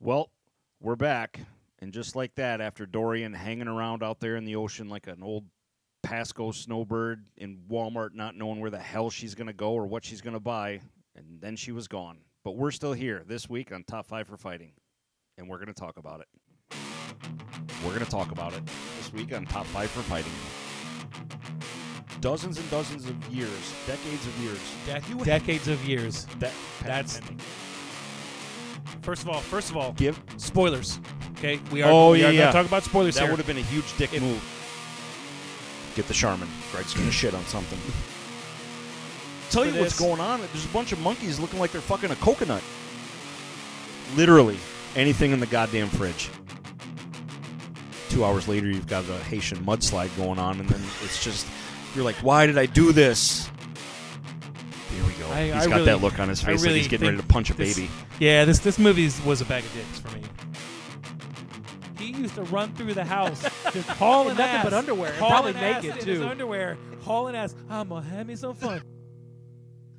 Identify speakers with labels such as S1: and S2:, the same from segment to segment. S1: Well, we're back. And just like that, after Dorian hanging around out there in the ocean like an old Pasco snowbird in Walmart, not knowing where the hell she's going to go or what she's going to buy, and then she was gone. But we're still here this week on Top 5 for Fighting, and we're going to talk about it. We're going to talk about it this week on Top 5 for Fighting. Dozens and dozens of years, decades of years.
S2: De- decades of years.
S1: That,
S2: That's- First of all, first of all,
S1: give
S2: spoilers. Okay, we are.
S1: Oh,
S2: we
S1: yeah,
S2: are gonna
S1: yeah.
S2: Talk about spoilers
S1: That
S2: here.
S1: would have been a huge dick
S2: If-
S1: move. Get the Charmin. Greg's gonna shit on something. Tell you what's
S2: this.
S1: going on. There's a bunch of monkeys looking like they're fucking a coconut. Literally anything in the goddamn fridge. Two hours later, you've got a Haitian mudslide going on, and then it's just you're like, "Why did I do this?" Here we go.
S2: I-
S1: He's
S2: I
S1: got
S2: really-
S1: that look on his
S2: I
S1: face like
S2: really
S1: he's getting ready to
S2: think
S1: punch a
S2: this-
S1: baby.
S2: Yeah, this this movie is- was a bag of dicks for me. He used to run through the house, just hauling
S3: nothing
S2: ass,
S3: but underwear, and
S2: hauling
S3: probably
S2: ass
S3: naked,
S2: in his
S3: too.
S2: underwear, hauling ass. Ah, I'm gonna have me some fun.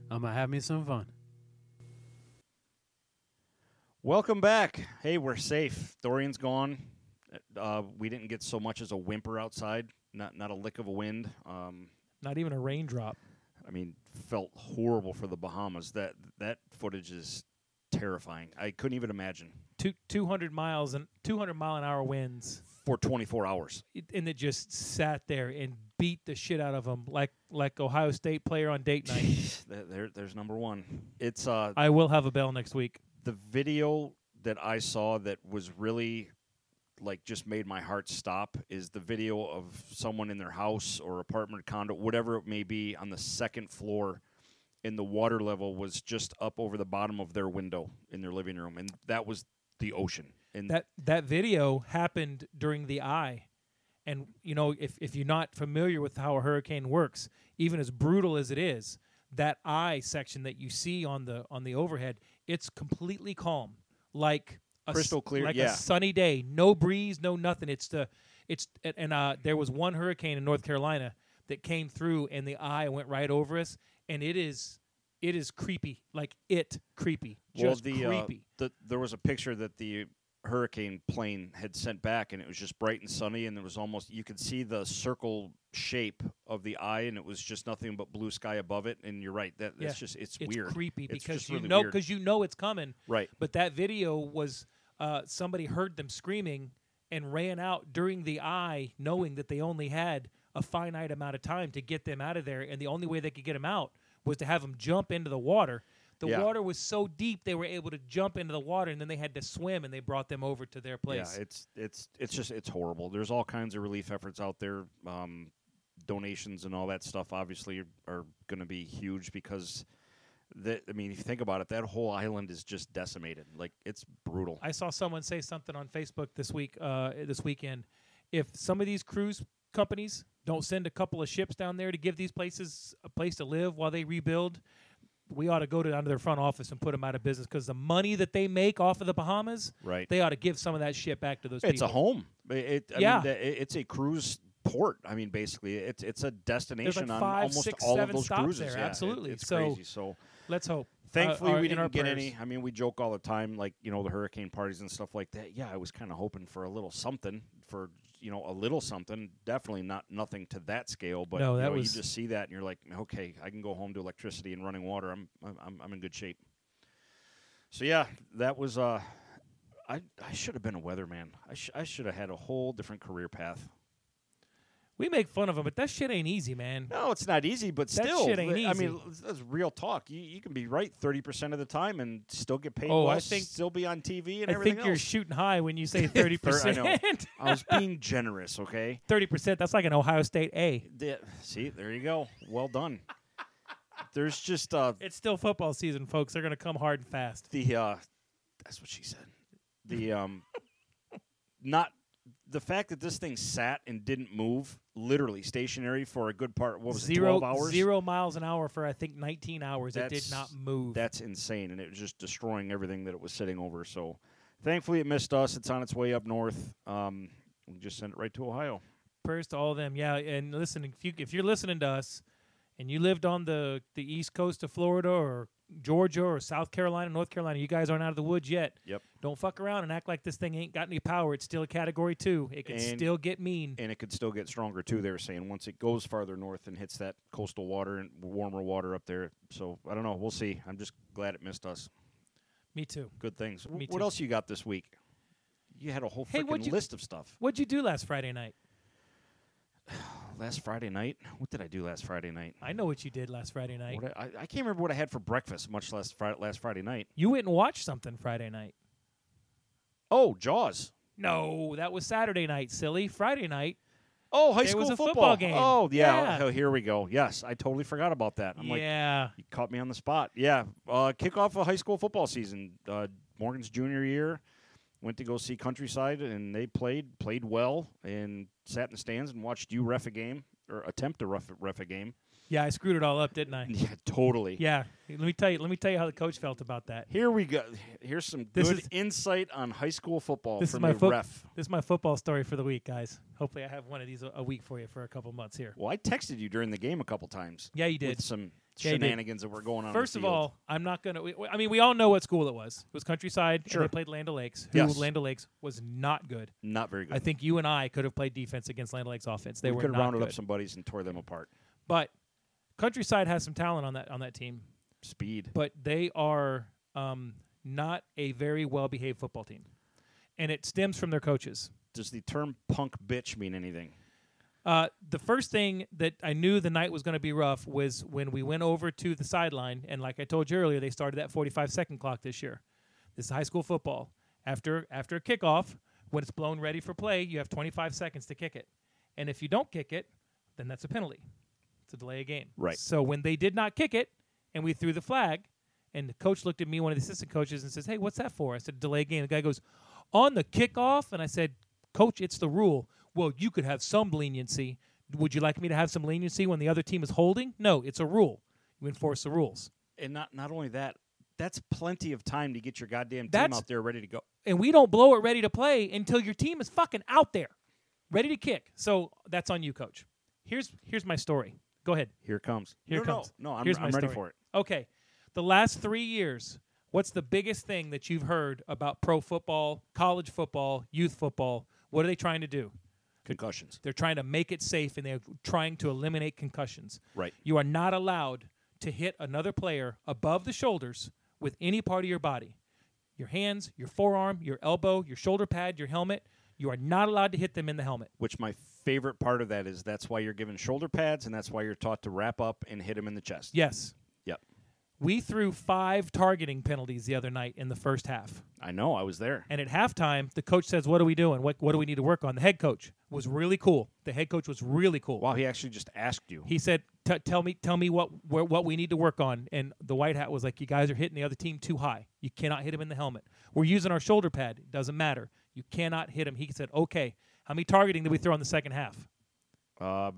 S3: I'm gonna have me some fun.
S1: Welcome back. Hey, we're safe. Dorian's gone. Uh, we didn't get so much as a whimper outside. Not not a lick of a wind. Um,
S2: Not even a raindrop.
S1: I mean, felt horrible for the Bahamas. That that footage is terrifying. I couldn't even imagine
S2: Two two hundred miles and two hundred mile an hour winds,
S1: for 24 hours.
S2: It- and it just sat there and beat the shit out of him like like Ohio State player on date night.
S1: There, there- there's number one. It's uh,
S2: I will have a bell next week.
S1: the video that I saw that was really like just made my heart stop is the video of someone in their house or apartment condo whatever it may be on the second floor and the water level was just up over the bottom of their window in their living room and that was the ocean and
S2: that that video happened during the eye and you know if, if you're not familiar with how a hurricane works even as brutal as it is that eye section that you see on the on the overhead it's completely calm like a s-
S1: Crystal clear,
S2: like
S1: yeah.
S2: a sunny day no breeze no nothing it's the it's and- and uh there was one hurricane in north carolina that came through and the eye went right over us and it is it is creepy like it creepy just
S1: the, uh,
S2: creepy
S1: the there was a picture that the hurricane plane had sent back and it was just bright and sunny and there was almost you could see the circle shape of the eye and it was just nothing but blue sky above it and you're right that
S2: Yeah.
S1: that's just it's,
S2: it's
S1: weird
S2: creepy
S1: It's
S2: because
S1: just
S2: you
S1: really
S2: know
S1: weird.
S2: because you know it's coming
S1: right
S2: but that video was uh, somebody heard them screaming and ran out during the eye knowing that they only had a finite amount of time to get them out of there and the only way they could get them out was to have them jump into the water the
S1: Yeah.
S2: water was so deep they were able to jump into the water and then they had to swim and they brought them over to their place
S1: yeah it's it's it's just it's horrible there's all kinds of relief efforts out there um donations and all that stuff obviously are going to be huge because that i mean if you think about it that whole island is just decimated like it's brutal
S2: I saw someone say something on Facebook this week, uh, this weekend. If some of these cruise companies don't send a couple of ships down there to give these places a place to live while they rebuild, we ought to go to down to their front office and put them out of business because the money that they make off of the Bahamas,
S1: right
S2: they ought to give some of that shit back to those
S1: It's
S2: people.
S1: a home. I- It, I
S2: Yeah.
S1: mean, the- it- it's a cruise port. I mean, basically, it's it's a
S2: There's
S1: destination
S2: like
S1: on
S2: five,
S1: almost
S2: six,
S1: all of
S2: seven
S1: those
S2: stops
S1: cruises.
S2: there,
S1: Yeah, it-
S2: absolutely.
S1: it's
S2: So-
S1: crazy. So
S2: Let's hope. Uh,
S1: thankfully,
S2: our-
S1: we
S2: in our
S1: didn't get
S2: prayers.
S1: any. I mean, we joke all the time, like you know, the hurricane parties and stuff like that. Yeah, I was kind of hoping for a little something, for you know, a little something. Definitely not nothing to that scale, but
S2: No,
S1: you,
S2: that
S1: know,
S2: was-
S1: you just see that and you're like, okay, I can go home to electricity and running water. I'm I'm- I'm I'm in good shape. So yeah, that was uh, I I should have been a weatherman. I sh- I should have had a whole different career path.
S2: We make fun of them, but that shit ain't easy, man.
S1: No, it's not easy, but
S2: That
S1: still,
S2: shit ain't
S1: th- I mean,
S2: easy.
S1: that's- that's real talk. You, you can be right thirty percent of the time and still get paid.
S2: Oh,
S1: well,
S2: I think-
S1: still be on TV and
S2: I
S1: everything
S2: think you're
S1: else.
S2: shooting high when you say thirty
S1: know.
S2: percent.
S1: I was being generous, okay?
S2: Thirty percent. That's like an Ohio State A.
S1: The- See, there you go. Well done. There's just uh,
S2: It's still football season, folks. They're gonna come hard and fast.
S1: the uh, that's what she said. The um, not the fact that this thing sat and didn't move, literally stationary for a good part. What was
S2: Zero
S1: it, twelve hours?
S2: zero miles an hour for I think 19 hours. it
S1: That's-
S2: did not move.
S1: That's insane, and it was just destroying everything that it was sitting over. So, thankfully, it missed us. It's on its way up north. Um, we just sent it right to Ohio.
S2: Prayers to all of them. Yeah, and listen, if you if you're listening to us, and you lived on the the east coast of Florida or Georgia or South Carolina, North Carolina, you guys aren't out of the woods yet.
S1: Yep.
S2: Don't fuck around and act like this thing ain't got any power. It's still a Category Two. It can
S1: And-
S2: still get mean.
S1: and it could still get stronger too. They were saying once it goes farther north and hits that coastal water and warmer water up there. So I don't know. We'll see. I'm just glad it missed us.
S2: Me too.
S1: Good things.
S2: Me
S1: what
S2: too.
S1: else you got this week? You had a whole
S2: Hey,
S1: freaking
S2: what'd you-
S1: list of stuff.
S2: What'd you do last Friday night?
S1: Last Friday night, what did I do last Friday night?
S2: I know what you did last Friday night.
S1: What I, I can't remember what I had for breakfast, much less Friday, last Friday night.
S2: You went and watched something Friday night.
S1: Oh, Jaws.
S2: No, that was Saturday night, silly. Friday night.
S1: Oh, high
S2: There
S1: school
S2: was a
S1: football.
S2: football game.
S1: Oh, yeah.
S2: Yeah.
S1: Oh, here we go. Yes, I totally forgot about that. I'm like,
S2: yeah.
S1: you caught me on the spot. Yeah, uh, kickoff of high school football season. Uh, Morgan's junior year, went to go see Countryside, and they played played well, and sat in the stands and watched you ref a game or attempt to ref, ref a game.
S2: yeah, I screwed it all up, didn't I?
S1: Yeah, totally.
S2: Yeah. Let me tell you. Let me tell you how the coach felt about that.
S1: Here we go. Here's some
S2: This
S1: good
S2: is-
S1: insight on high school football
S2: This is
S1: from
S2: my
S1: a
S2: foot-
S1: ref.
S2: This is my football story for the week, guys. Hopefully, I have one of these a, a week for you for a couple months here.
S1: Well, I texted you during the game a couple times.
S2: Yeah, you
S1: With
S2: did.
S1: some
S2: Yeah, you did.
S1: shenanigans that were going on. in the
S2: First of
S1: field.
S2: all, I'm not gonna. We, we- I mean, we all know what school it was. It was Countryside.
S1: Sure.
S2: And they played Land O'Lakes. Who
S1: Yes.
S2: Land O'Lakes was not good.
S1: not very good.
S2: I think you and I could have played defense against Land O'Lakes offense. They
S1: we
S2: were
S1: could
S2: not
S1: have rounded
S2: good.
S1: up some buddies and tore them apart.
S2: but Countryside has some talent on that on that team.
S1: Speed.
S2: but they are um, not a very well behaved football team. And it stems from their coaches.
S1: Does the term punk bitch mean anything?
S2: Uh, the first thing that I knew the night was going to be rough was when we went over to the sideline. And like I told you earlier, they started that 45 second clock this year. This is high school football. After, after a kickoff, when it's blown ready for play, you have 25 seconds to kick it. And if you don't kick it, then that's a penalty. It's a delay of game.
S1: Right.
S2: So when they did not kick it and we threw the flag, and the coach looked at me, one of the assistant coaches, and says, Hey, what's that for? I said, Delay game. The guy goes, On the kickoff? And I said, Coach, it's the rule. Well, you could have some leniency. Would you like me to have some leniency when the other team is holding? No, it's a rule. You enforce the rules.
S1: And not not only that, that's plenty of time to get your goddamn team
S2: That's-
S1: out there ready to go.
S2: And we don't blow it ready to play until your team is fucking out there, ready to kick. So that's on you, coach. Here's here's my story. Go ahead.
S1: Here it comes.
S2: Here
S1: no,
S2: it comes.
S1: No, no I'm,
S2: Here's
S1: I'm
S2: my
S1: ready
S2: story.
S1: for it.
S2: Okay. The last three years, what's the biggest thing that you've heard about pro football, college football, youth football? What are they trying to do?
S1: Concussions.
S2: They're trying to make it safe and they're trying to eliminate concussions.
S1: Right.
S2: You are not allowed to hit another player above the shoulders with any part of your body your hands, your forearm, your elbow, your shoulder pad, your helmet. You are not allowed to hit them in the helmet.
S1: Which my favorite part of that is that's why you're given shoulder pads and that's why you're taught to wrap up and hit him in the chest.
S2: Yes.
S1: Yep.
S2: We threw five targeting penalties the other night in the first half.
S1: I know. I was there.
S2: And at halftime, the coach says, "What are we doing? What what do we need to work on?" The head coach was really cool. The head coach was really cool.
S1: Wow, he actually just asked you.
S2: He said, "T- "Tell me, tell me what where, what we need to work on." And the white hat was like, "You guys are hitting the other team too high. You cannot hit him in the helmet. We're using our shoulder pad. It doesn't matter. You cannot hit him." He said, "Okay. How many targeting did we throw in the second half?
S1: Uh,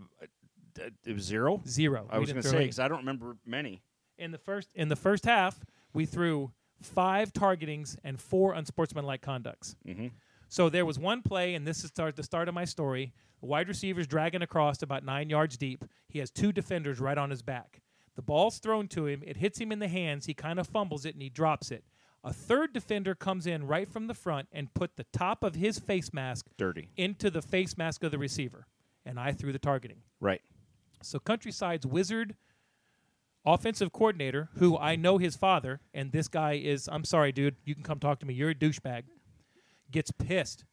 S1: it it was zero.
S2: Zero.
S1: I
S2: We
S1: was going
S2: didn't
S1: to
S2: throw
S1: say
S2: any.
S1: because I don't remember many.
S2: in the first in the first half, we threw five targetings and four unsportsmanlike conducts.
S1: Mhm.
S2: So there was one play, and this is start, the start of my story. The wide receiver's dragging across about nine yards deep. He has two defenders right on his back. The ball's thrown to him. It hits him in the hands. He kind of fumbles it and he drops it. A third defender comes in right from the front and put the top of his face mask
S1: Dirty.
S2: into the face mask of the receiver. And I threw the targeting.
S1: Right.
S2: So Countryside's wizard offensive coordinator, who I know his father, and this guy is, I'm sorry, dude, you can come talk to me. You're a douchebag. Gets pissed.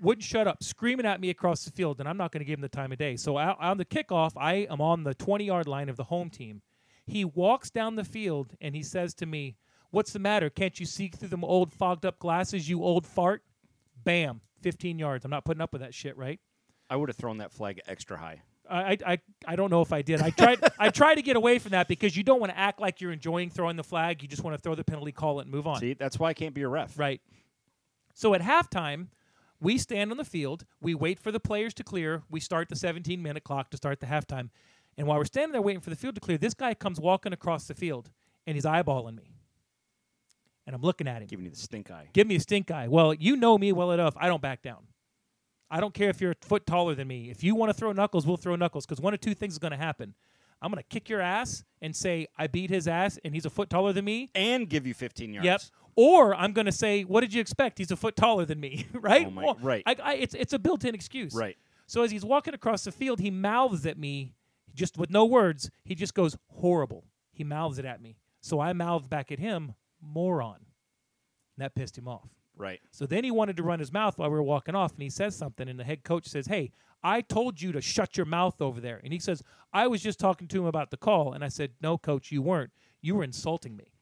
S2: Wouldn't shut up, screaming at me across the field, and I'm not going to give him the time of day. So out- on the kickoff, I am on the 20 yard line of the home team. He walks down the field and he says to me, What's the matter? Can't you see through them old fogged up glasses, you old fart? Bam, 15 yards. I'm not putting up with that shit, right?
S1: I would have thrown that flag extra high.
S2: I, I, I- I don't know if I did. I tried I tried to get away from that because you don't want to act like you're enjoying throwing the flag. You just want to throw the penalty, call it, and move on.
S1: See, that's why I can't be a ref.
S2: Right. So at halftime, we stand on the field. We wait for the players to clear. We start the 17 minute clock to start the halftime. And while we're standing there waiting for the field to clear, this guy comes walking across the field and he's eyeballing me. And I'm looking at him.
S1: Giving you the stink eye.
S2: Give me a stink eye. Well, you know me well enough. I don't back down. I don't care if you're a foot taller than me. If you want to throw knuckles, we'll throw knuckles because one of two things is going to happen. I'm gonna kick your ass and say I beat his ass and he's a foot taller than me.
S1: and give you 15 yards.
S2: Yep. Or I'm gonna say, what did you expect? He's a foot taller than me, right?
S1: Oh my-
S2: Well,
S1: right.
S2: I, I, it's it's a built-in excuse.
S1: Right.
S2: So as he's walking across the field, he mouths at me, just with no words. He just goes horrible. He mouths it at me. So I mouth back at him, moron. And that pissed him off.
S1: Right.
S2: So then he wanted to run his mouth while we were walking off, and he says something, and the head coach says, "Hey, I told you to shut your mouth over there." And he says, "I was just talking to him about the call," and I said, "No, coach, you weren't. You were insulting me."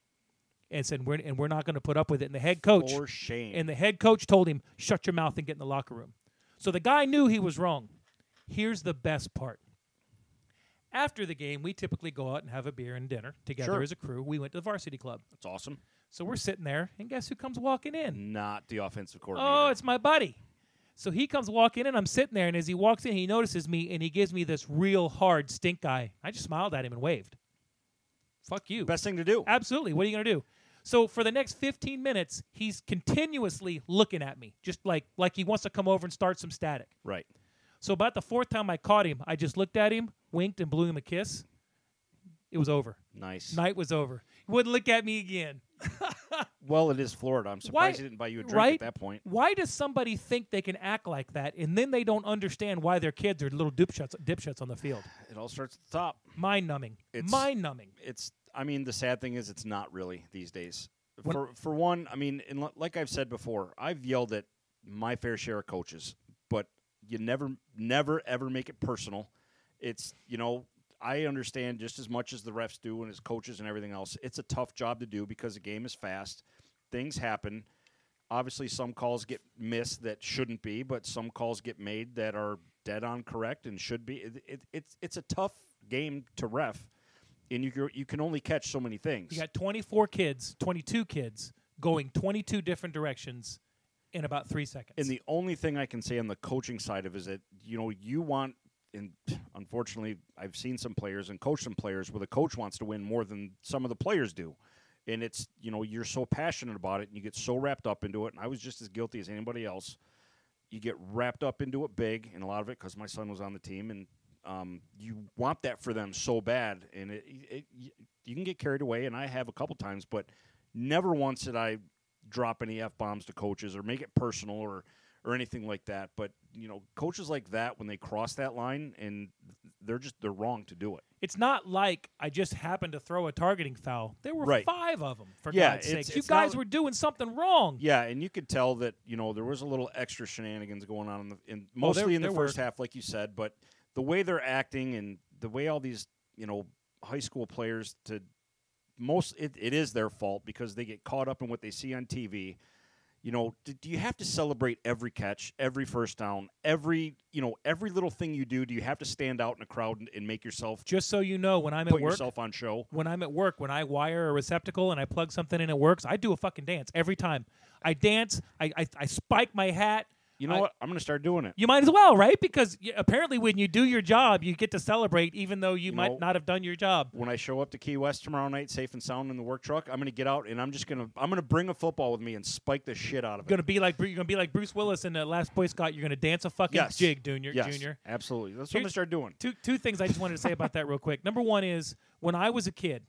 S2: And said, "We're and we're not going to put up with it." And the head coach
S1: Or shame.
S2: and the head coach told him, "Shut your mouth and get in the locker room." So the guy knew he was wrong. Here's the best part. After the game, we typically go out and have a beer and dinner together
S1: Sure.
S2: as a crew. We went to the varsity club.
S1: That's awesome.
S2: So we're sitting there, and guess who comes walking in?
S1: Not the offensive coordinator.
S2: Oh, it's my buddy. So he comes walking in, I'm sitting there, and as he walks in, he notices me and he gives me this real hard stink eye. I just smiled at him and waved. Fuck you.
S1: best thing to do.
S2: Absolutely. What are you going to do? So for the next 15 minutes, he's continuously looking at me, just like like he wants to come over and start some static.
S1: Right.
S2: So about the fourth time I caught him, I just looked at him, winked, and blew him a kiss. It was over.
S1: Nice.
S2: Night was over. He wouldn't look at me again.
S1: Well, it is Florida. I'm surprised he
S2: Why-
S1: didn't buy you a drink
S2: right?
S1: at that point.
S2: Why does somebody think they can act like that and then they don't understand why their kids are little dipshits, dipshits on the field?
S1: It all starts at the top.
S2: Mind numbing.
S1: It's-
S2: Mind numbing.
S1: It's. I mean, the sad thing is, it's not really these days.
S2: When-
S1: for for one, I mean, and li- like I've said before, I've yelled at my fair share of coaches, but you never, never, ever make it personal. It's you know. I understand just as much as the refs do and as coaches and everything else. It's a tough job to do because the game is fast. Things happen. obviously some calls get missed that shouldn't be, but some calls get made that are dead on correct and should be. It, it, it's it's a tough game to ref, and you can- you can only catch so many things.
S2: You got 24 kids, 22 kids going 22 different directions in about three seconds.
S1: And the only thing I can say on the coaching side of it is that you know you want, and unfortunately, I've seen some players and coached some players where the coach wants to win more than some of the players do, and it's you know you're so passionate about it and you get so wrapped up into it. And I was just as guilty as anybody else. You get wrapped up into it big, and a lot of it because my son was on the team, and um, you want that for them so bad, and it, it, you can get carried away. And I have a couple times, but never once did I drop any f bombs to coaches or make it personal or or anything like that. But you know, coaches like that when they cross that line and they're just they're wrong to do it.
S2: it's not like I just happened to throw a targeting foul. There were
S1: Right.
S2: five of them, for
S1: Yeah,
S2: God's
S1: it's-
S2: sakes. You
S1: it's not
S2: guys
S1: like-
S2: were doing something wrong.
S1: Yeah, and you could tell that you know there was a little extra shenanigans going on in the in, mostly in the
S2: Oh, there
S1: first
S2: were.
S1: half, like you said. But the way they're acting and the way all these you know high school players to most it, it is their fault because they get caught up in what they see on TV. You know, do, do you have to celebrate every catch, every first down, every you know every little thing you do? Do you have to stand out in a crowd and, and make yourself
S2: Just so you know, when I'm
S1: put
S2: at work,
S1: yourself on show?
S2: when I'm at work, when I wire a receptacle and I plug something in, it works. I do a fucking dance every time. I dance. I I, I spike my hat.
S1: You know
S2: I-
S1: what? I'm going to start doing it.
S2: You might as well, right? Because y apparently, when you do your job, you get to celebrate, even though you, might
S1: know-
S2: not have done your job.
S1: When I show up to Key West tomorrow night, safe and sound in the work truck, I'm going to get out and I'm just going to I'm going to bring a football with me and spike the shit out of it.
S2: Gonna be like Bru- you're gonna be like Bruce Willis in the Last Boy Scout. You're gonna dance a fucking
S1: yes,
S2: jig, Junior.
S1: Yes.
S2: Junior.
S1: Absolutely. That's what I'm going
S2: Here's-
S1: to start doing.
S2: Two two things I just wanted to say about that real quick. Number one is when I was a kid,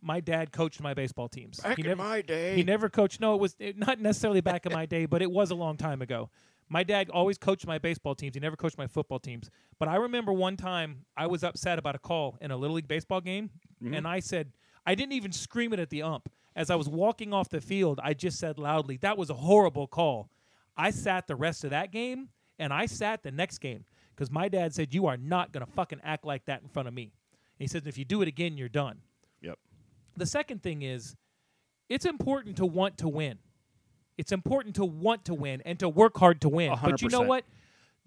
S2: my dad coached my baseball teams.
S1: Back
S2: he
S1: in
S2: never,
S1: my day.
S2: he never coached. No, it was it, not necessarily back in my day, but it was a long time ago. My dad always coached my baseball teams. He never coached my football teams. But I remember one time I was upset about a call in a little league baseball game, and I said I didn't even scream it at the ump. As I was walking off the field, I just said loudly, "That was a horrible call." I sat the rest of that game and I sat the next game because my dad said, You are not going to fucking act like that in front of me. And he says, If you do it again, you're done.
S1: Yep.
S2: The second thing is, it's important to want to win. It's important to want to win and to work hard to win. But you know
S1: 100%.
S2: what?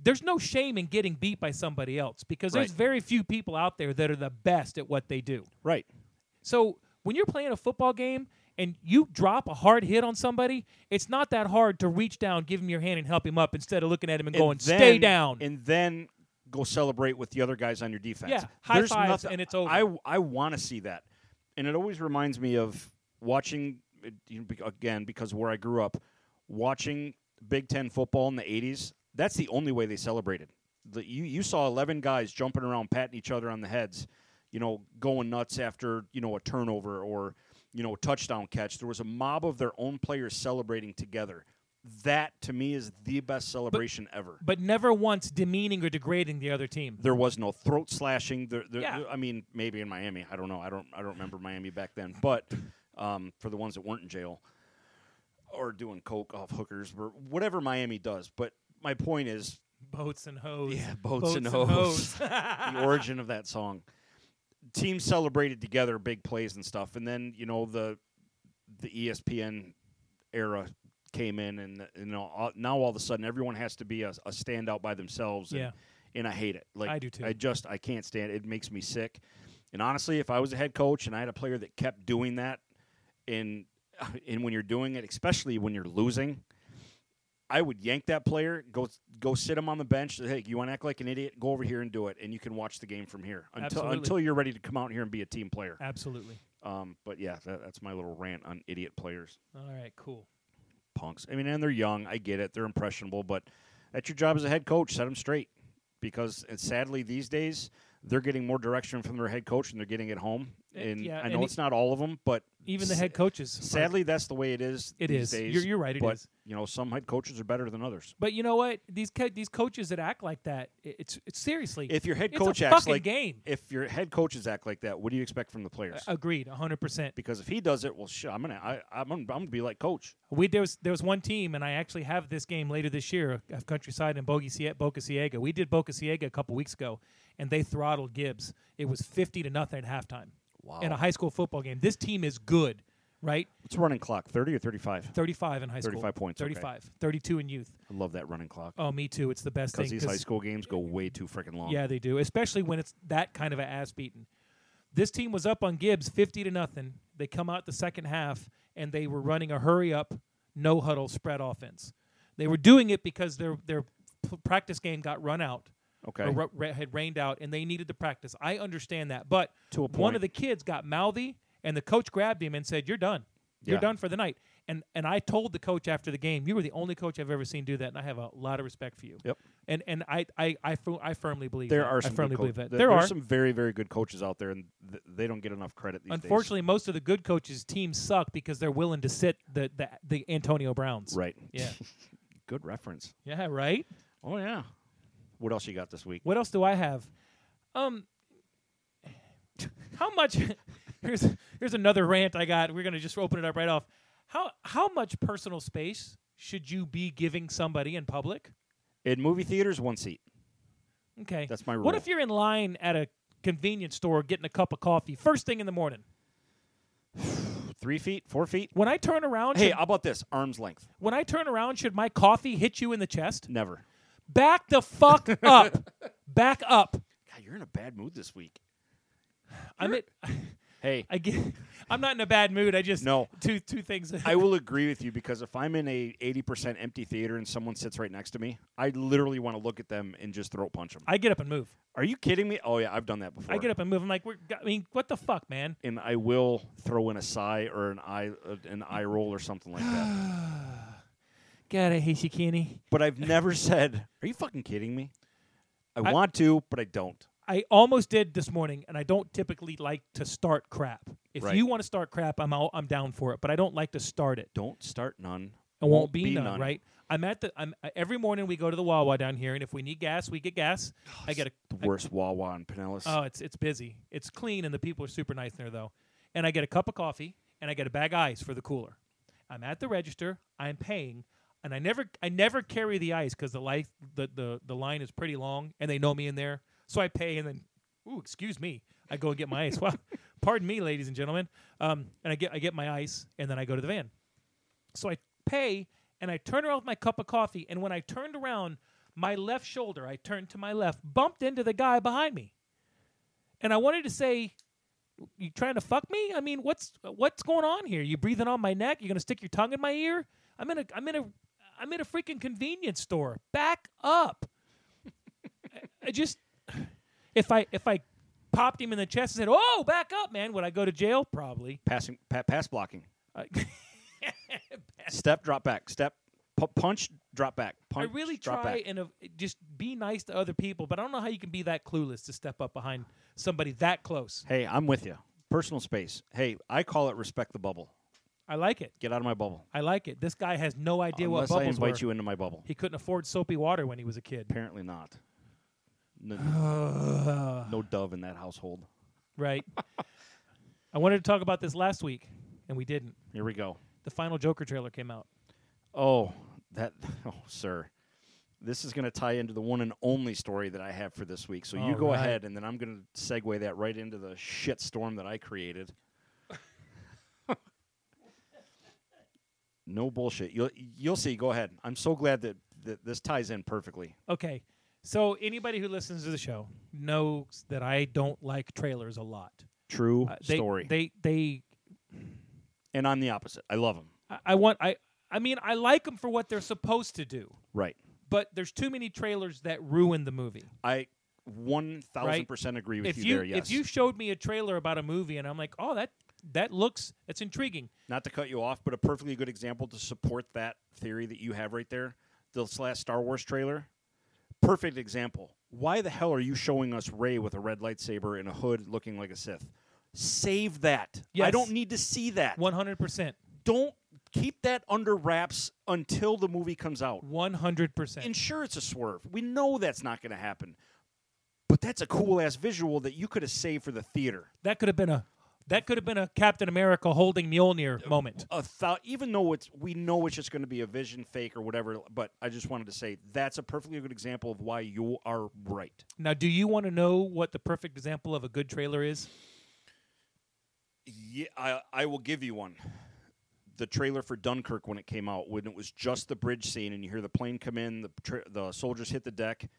S2: There's no shame in getting beat by somebody else because there's
S1: Right.
S2: very few people out there that are the best at what they do.
S1: Right.
S2: So when you're playing a football game and you drop a hard hit on somebody, it's not that hard to reach down, give him your hand, and help him up instead of looking at him and, going, "Stay
S1: then-
S2: down."
S1: And then go celebrate with the other guys on your defense.
S2: Yeah, high fives and it's over.
S1: I, I want to see that. And it always reminds me of watching, it- you know, be- again, because where I grew up, watching Big Ten football in the 80s, that's the only way they celebrated. The, you, you saw 11 guys jumping around, patting each other on the heads. you know, going nuts after, you know, a turnover or, you know, a touchdown catch. There was a mob of their own players celebrating together. That to me is the best celebration ever.
S2: but never once demeaning or degrading the other team.
S1: There was no throat slashing. There, there,
S2: Yeah.
S1: I mean, maybe in Miami. I don't know. I don't. I don't remember Miami back then. But um, for the ones that weren't in jail or doing coke off hookers or whatever Miami does. But my point is,
S2: Boats and hoes.
S1: Yeah, boats and hoes. the origin of that song. Teams celebrated together big plays and stuff, and then you know the the E ESPN era came in, and you know all- now all of a sudden everyone has to be a, a standout by themselves. And,
S2: Yeah.
S1: and I hate it. Like
S2: I do too.
S1: I just I can't stand it. It makes me sick. And honestly, if I was a head coach and I had a player that kept doing that, and and when you're doing it, especially when you're losing, I would yank that player, go go sit him on the bench. say, Hey, you want to act like an idiot? Go over here and do it, and you can watch the game from here until
S2: Absolutely.
S1: until you're ready to come out here and be a team player.
S2: Absolutely.
S1: Um, but yeah, that, that's my little rant on idiot players,
S2: All right, cool.
S1: punks. I mean, and they're young. I get it; they're impressionable. But that's your job as a head coach. Set them straight, because and sadly these days they're getting more direction from their head coach than they're getting at home.
S2: Eh,
S1: And
S2: yeah,
S1: I know
S2: and
S1: it's not all of them, but
S2: Even the
S1: S-
S2: head coaches. are-
S1: sadly that's the way it is.
S2: it
S1: these
S2: is.
S1: Days.
S2: You're, you're right. It is.
S1: but you know some head coaches are better than others.
S2: But you know what? These co- these coaches that act like that, i- it's, it's seriously.
S1: If your head
S2: it's
S1: coach
S2: a
S1: acts
S2: fucking
S1: like
S2: game. Uh,
S1: if your head coaches act like that, what do you expect from the players?
S2: Agreed, hundred percent.
S1: because if he does it, well, shit, I'm gonna, I, I'm, gonna, I'm gonna be like coach.
S2: We there was there was one team, and I actually have this game later this year of Countryside and Boca Sie- Boca Ciega. We did Boca Ciega a couple weeks ago, and they throttled Gibbs. It was fifty to nothing at halftime.
S1: Wow.
S2: In a high school football game, this team is good, right?
S1: What's running clock? Thirty or thirty-five?
S2: Thirty-five in high school.
S1: 35 points, okay.
S2: 35, 32 in youth.
S1: I love that running clock
S2: Oh, me too. It's the best thing.
S1: because these high school games go way too freaking long.
S2: Yeah, they do, especially when it's that kind of an ass beating. This team was up on Gibbs fifty to nothing. They come out the second half and they were running a hurry up, no huddle spread offense. They were doing it because their their p- practice game got run out,
S1: Okay.
S2: or ra- ra- had rained out, and they needed to practice. I understand that, but
S1: To a
S2: one
S1: point.
S2: of the kids got mouthy, and the coach grabbed him and said, "You're done. You're
S1: Yeah.
S2: done for the night." And and I told the coach after the game, "You were the only coach I've ever seen do that, and I have a lot of respect for you."
S1: Yep.
S2: And and I I I, fir- I firmly believe
S1: There
S2: that.
S1: are some.
S2: I firmly
S1: good co-
S2: believe that
S1: th-
S2: there,
S1: there's
S2: are.
S1: some very, very good coaches out there, and th- they don't get enough credit these
S2: Unfortunately, most of the good coaches' teams suck because they're willing to sit the the, the Antonio Browns.
S1: days. Right.
S2: Yeah.
S1: good reference.
S2: Yeah. Right.
S1: Oh yeah. What else you got this week?
S2: What else do I have? Um. How much? here's here's another rant I got. We're gonna just open it up right off. How how much personal space should you be giving somebody in public?
S1: In movie theaters, one seat.
S2: Okay.
S1: That's my
S2: What
S1: rule.
S2: if you're in line at a convenience store getting a cup of coffee first thing in the morning?
S1: Three feet, four feet.
S2: When I turn around,
S1: Hey,
S2: should-
S1: how about this? Arms length.
S2: when I turn around, should my coffee hit you in the chest?
S1: Never.
S2: Back the fuck up. Back up.
S1: God, you're in a bad mood this week.
S2: I'm at,
S1: Hey,
S2: I get, I'm not in a bad mood. I just
S1: No.
S2: two two things.
S1: I will agree with you because if I'm in a 80% empty theater and someone sits right next to me, I literally want to look at them and just throat punch them.
S2: I get up and move.
S1: Are you kidding me? Oh yeah, I've done that before.
S2: I get up and move. I'm like, we're, I mean, what the fuck, man?
S1: and I will throw in a sigh or an eye uh, an eye roll or something like that.
S2: God, I hate you, Kenny.
S1: But I've never said, "Are you fucking kidding me?" I,
S2: I-
S1: want to, but I don't.
S2: I almost did this morning, and I don't typically like to start crap. If
S1: Right.
S2: you want to start crap, I'm all, I'm down for it, but I don't like to start it.
S1: Don't start none.
S2: It won't, be, none, right? I'm at the. I'm every morning we go to the Wawa down here, and if we need gas, we get gas. I get a
S1: The worst Wawa in Pinellas.
S2: Oh, it's it's busy. It's clean, and the people are super nice there though. And I get a cup of coffee, and I get a bag of ice for the cooler. I'm at the register. I'm paying, and I never I never carry the ice because the life the, the the line is pretty long, and they know me in there. So I pay, and then, ooh, excuse me, I go and get my ice. Wow, pardon me, ladies and gentlemen. Um, and I get I get my ice, and then I go to the van. So I pay and I turn around with my cup of coffee. And when I turned around, my left shoulder, I turned to my left, bumped into the guy behind me. And I wanted to say, "You trying to fuck me? I mean, what's what's going on here? You breathing on my neck? You're gonna stick your tongue in my ear? I'm in a I'm in a I'm in a freaking convenience store. Back up. I- I just if I if I popped him in the chest and said, "Oh, back up, man," would I go to jail? Probably.
S1: Passing, pa- pass blocking.
S2: I-
S1: Step, drop back. Step, pu- punch, drop back. Punch,
S2: I really
S1: drop
S2: try
S1: back.
S2: and uh, just be nice to other people, but I don't know how you can be that clueless to step up behind somebody that close.
S1: Hey, I'm with you. Personal space. Hey, I call it respect the bubble.
S2: I like it.
S1: Get out of my bubble.
S2: I like it. This guy has no idea
S1: Unless
S2: what
S1: I
S2: bubbles
S1: invite
S2: were.
S1: you into my bubble.
S2: He couldn't afford soapy water when he was a kid.
S1: Apparently not. No,
S2: Ugh.
S1: no dove in that household.
S2: right. I wanted to talk about this last week, and we didn't.
S1: Here we go.
S2: The final Joker trailer came out.
S1: Oh, that. Oh, sir. This is going to tie into the one and only story that I have for this week. So you
S2: All
S1: go
S2: right.
S1: ahead, and then I'm going to segue that right into the shit storm that I created. no bullshit. You'll you'll see. Go ahead. I'm so glad that, that this ties in perfectly.
S2: Okay. So anybody who listens to the show knows that I don't like trailers a lot.
S1: True
S2: Uh, they,
S1: story.
S2: They they
S1: and I'm the opposite. I love them.
S2: I, I want I I mean I like them for what they're supposed to do,
S1: Right.
S2: but there's too many trailers that ruin the movie.
S1: I 1,000% agree with
S2: if
S1: you,
S2: you
S1: there. Yes.
S2: if you showed me a trailer about a movie and I'm like, oh that that looks that's intriguing.
S1: not to cut you off, but a perfectly good example to support that theory that you have right there. This last Star Wars trailer, perfect example. Why the hell are you showing us Ray with a red lightsaber and a hood looking like a Sith? Save that. I
S2: Yes.
S1: don't need to see that.
S2: One hundred percent.
S1: Don't keep that under wraps until the movie comes out.
S2: One hundred percent.
S1: And sure, it's a swerve. We know that's not going to happen. But that's a cool ass visual that you could have saved for the theater.
S2: That could have been a that could have been a Captain America holding Mjolnir moment.
S1: a thou even though it's we know it's just going to be a vision fake or whatever but i just wanted to say that's a perfectly good example of why you are right
S2: Now, do you want to know what the perfect example of a good trailer is?
S1: yeah i, I will give you one the trailer for dunkirk when it came out when it was just the bridge scene and you hear the plane come in the tra- the soldiers hit the deck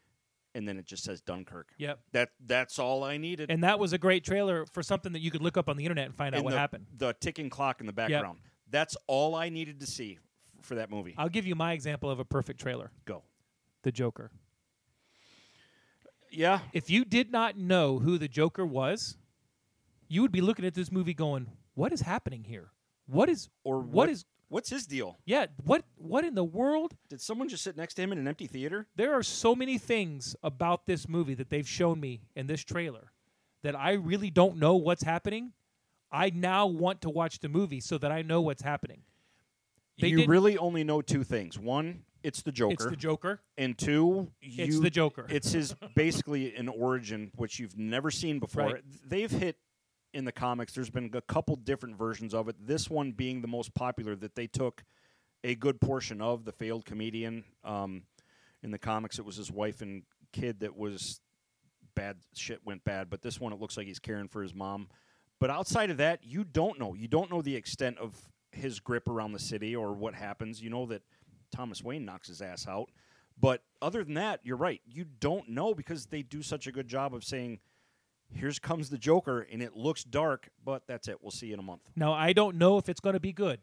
S1: and then it just says dunkirk
S2: Yep.
S1: that that's all i needed
S2: And that was a great trailer for something that you could look up on the internet and find out
S1: And
S2: what
S1: the,
S2: happened.
S1: the ticking clock in the background that's all i needed to see f- for that movie
S2: I'll give you my example of a perfect trailer
S1: go
S2: The Joker.
S1: yeah
S2: If you did not know who the Joker was, you would be looking at this movie going, What is happening here? What is,
S1: or
S2: what is,
S1: what's his deal
S2: yeah, what, what in the world?
S1: did someone just sit next to him in an empty theater
S2: There are so many things about this movie that they've shown me in this trailer that I really don't know what's happening. I now want to watch the movie so that I know what's happening. They
S1: you
S2: didn't-
S1: really only know two things. One, it's the Joker,
S2: It's the Joker.
S1: and two, you,
S2: It's the Joker.
S1: It's his basically an origin which you've never seen before.
S2: Right.
S1: They've hit in the comics. There's been a couple different versions of it. This one being the most popular that they took a good portion of the failed comedian. Um, in the comics, it was his wife and kid that was bad. Shit went bad, but this one it looks like he's caring for his mom. But outside of that, you don't know. You don't know the extent of his grip around the city or what happens. You know that Thomas Wayne knocks his ass out. But other than that, you're right. You don't know because they do such a good job of saying, here's comes the Joker, and it looks dark, but that's it. We'll see you in a month.
S2: Now I don't know if it's going to be good.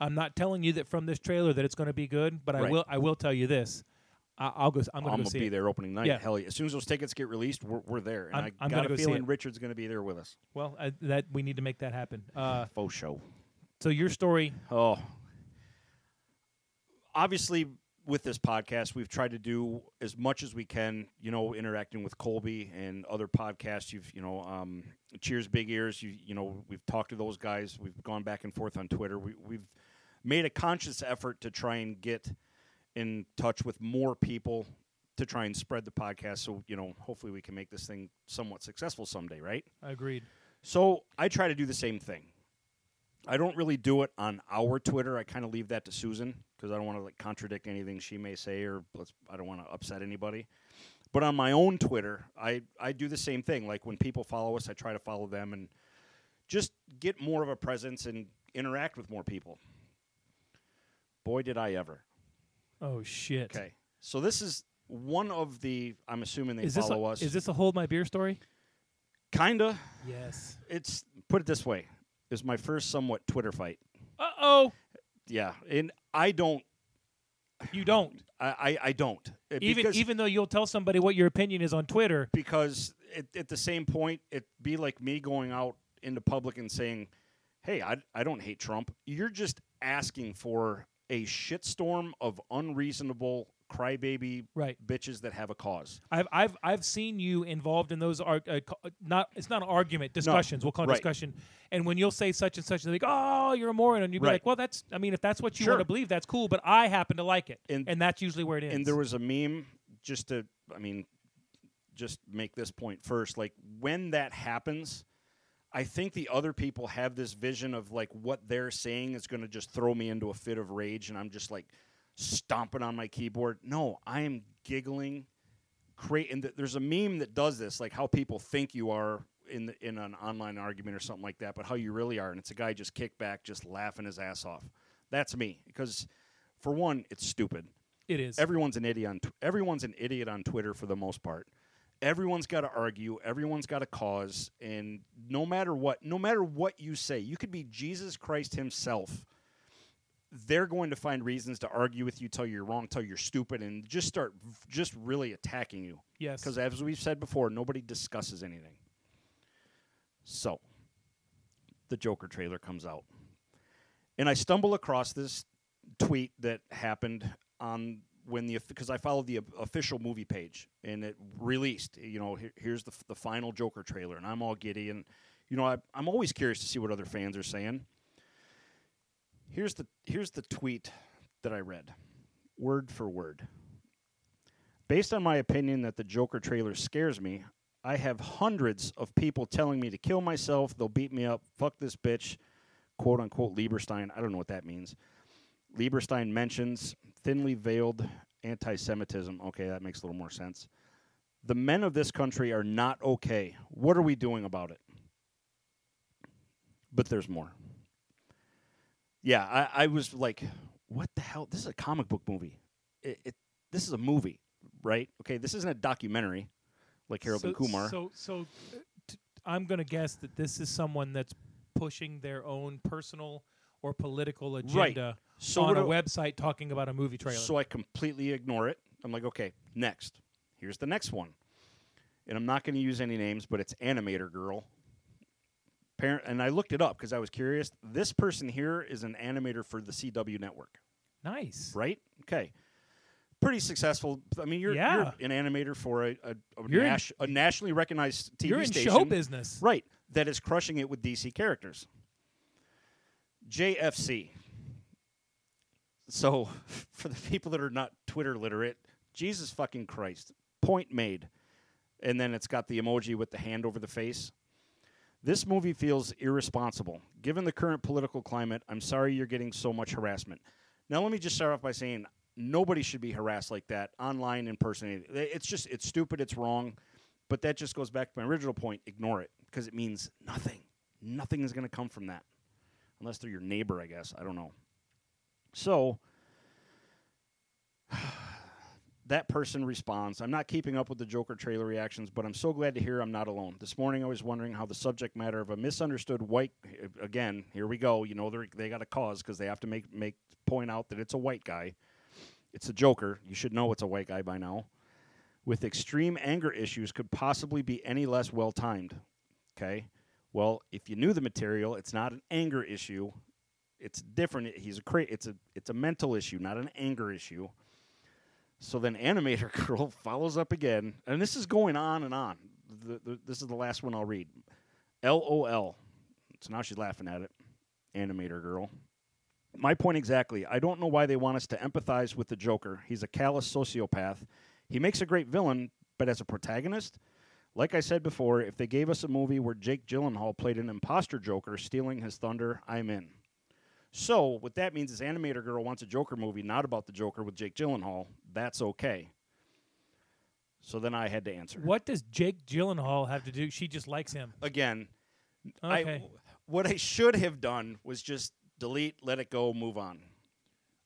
S2: I'm not telling you that from this trailer that it's going to be good, but I
S1: Right.
S2: will. I will tell you this. I, I'll go. s- I'm going to
S1: I'm
S2: go
S1: gonna
S2: see
S1: be
S2: it.
S1: there opening night.
S2: Yeah.
S1: Hell yeah! As soon as those tickets get released, we're, we're there, and
S2: I'm-
S1: I
S2: I'm
S1: got
S2: gonna
S1: a
S2: go see
S1: feeling
S2: it.
S1: Richard's gonna be there with us.
S2: Well, I, that we need to make that happen. Uh,
S1: Faux show.
S2: so your story,
S1: Oh. Obviously, with this podcast, we've tried to do as much as we can, you know, interacting with Colby and other podcasts. You've, you know, um, Cheers Big Ears, you, you know, we've talked to those guys. We've gone back and forth on Twitter. We, we've made a conscious effort to try and get in touch with more people to try and spread the podcast. So, you know, hopefully we can make this thing somewhat successful someday, right?
S2: agreed.
S1: So I try to do the same thing. I don't really do it on our Twitter. I kind of leave that to Susan because I don't want to like contradict anything she may say, or let's, I don't want to upset anybody. But on my own Twitter, I I do the same thing. Like when people follow us, I try to follow them and just get more of a presence and interact with more people. Boy, did I ever!
S2: Oh shit!
S1: Okay, so this is one of the. I'm assuming they
S2: Is this a,
S1: follow us.
S2: is this a hold my beer story?
S1: kinda?
S2: Yes.
S1: It's put it this way. It was my first somewhat Twitter fight.
S2: Uh oh.
S1: Yeah, and I don't.
S2: You don't.
S1: I I, I don't. Uh,
S2: Even
S1: because,
S2: even though you'll tell somebody what your opinion is on Twitter.
S1: because at, at the same point, it'd be like me going out into public and saying, "Hey, I I don't hate Trump." You're just asking for a shitstorm of unreasonable crybaby
S2: Right.
S1: bitches that have a cause.
S2: I've I've I've seen you involved in those arg- uh, co- not it's not an argument discussions we'll call it
S1: right.
S2: discussion and when you'll say such and such they're like oh you're a moron and you'll be
S1: Right.
S2: like well that's I mean if that's what you
S1: Sure.
S2: want to believe that's cool but I happen to like it and,
S1: And-
S2: that's usually where it ends
S1: And there was a meme just to, I mean, just make this point first. Like when that happens, I think the other people have this vision of like what they're saying is going to just throw me into a fit of rage, and I'm just like stomping on my keyboard. No, I am giggling. Create and th- there's a meme that does this, like how people think you are in the, in an online argument or something like that, but how you really are, and it's a guy just kick back, just laughing his ass off. That's me because, for one, it's stupid
S2: it is
S1: everyone's an idiot on tw- everyone's an idiot on Twitter for the most part. Everyone's got to argue. Everyone's got a cause, and no matter what, no matter what you say, you could be Jesus Christ himself. They're going to find reasons to argue with you, tell you you're wrong, tell you you're stupid, and just start v- just really attacking you.
S2: yes
S1: Because as we've said before, nobody discusses anything. So, the Joker trailer comes out, and I stumble across this tweet that happened on when the because I followed the official movie page and it released. You know, here, here's the f- the final Joker trailer, and I'm all giddy, and you know, I, I'm always curious to see what other fans are saying. Here's the here's the tweet that I read, word for word. Based on my opinion that the Joker trailer scares me, I have hundreds of people telling me to kill myself, they'll beat me up, fuck this bitch, quote unquote Lieberstein. I don't know what that means. Lieberstein mentions thinly veiled anti Semitism. Okay, that makes a little more sense. The men of this country are not okay. What are we doing about it? But there's more. Yeah, I, I was like, what the hell? This is a comic book movie. It, it, this is a movie, right? Okay, this isn't a documentary like Harold
S2: so,
S1: and Kumar.
S2: so so uh, t- I'm gonna guess that this is someone that's pushing their own personal or political agenda
S1: So
S2: on
S1: what
S2: a
S1: do-
S2: website talking about a movie trailer
S1: So I completely ignore it. I'm like, okay, next. Here's the next one. And I'm not going to use any names, but it's Animator Girl. Parent, and I looked it up because I was curious. This person here is an animator for the CW network,
S2: nice
S1: right? Okay. Pretty successful. I mean, you're,
S2: Yeah.
S1: you're an animator for a, a, a,
S2: You're in-
S1: nas- a nationally recognized TV
S2: you're in
S1: station.
S2: show business
S1: Right. That is crushing it with DC characters. JFC. So, for the people that are not Twitter literate, Jesus fucking Christ. Point made. And then it's got the emoji with the hand over the face. This movie feels irresponsible. Given the current political climate, I'm sorry you're getting so much harassment. Now, let me just start off by saying nobody should be harassed like that online, in person. It's just, it's stupid, it's wrong. But that just goes back to my original point ignore it because it means nothing. Nothing is going to come from that unless they're your neighbor, I guess. I don't know. So that person responds I'm not keeping up with the Joker trailer reactions, but I'm so glad to hear I'm not alone. This morning I was wondering how the subject matter of a misunderstood white, again, here we go. You know, they're, they got a cause because they have to make, make point out that it's a white guy. It's a Joker. You should know it's a white guy by now. With extreme anger issues could possibly be any less well timed. Okay. Well, if you knew the material, it's not an anger issue. It's different. He's a cra- it's a it's a mental issue, not an anger issue. So then animator girl follows up again, and this is going on and on. The, the, this is the last one I'll read. LOL. So now she's laughing at it. Animator girl. My point exactly. I don't know why they want us to empathize with the Joker. He's a callous sociopath. He makes a great villain, but as a protagonist, like I said before, if they gave us a movie where Jake Gyllenhaal played an imposter Joker stealing his thunder, I'm in. So what that means is Animator Girl wants a Joker movie not about the Joker with Jake Gyllenhaal. That's okay. So then I had to answer.
S2: What does Jake Gyllenhaal have to do? She just likes him.
S1: Again,
S2: Okay.
S1: I, what I should have done was just delete, let it go, move on.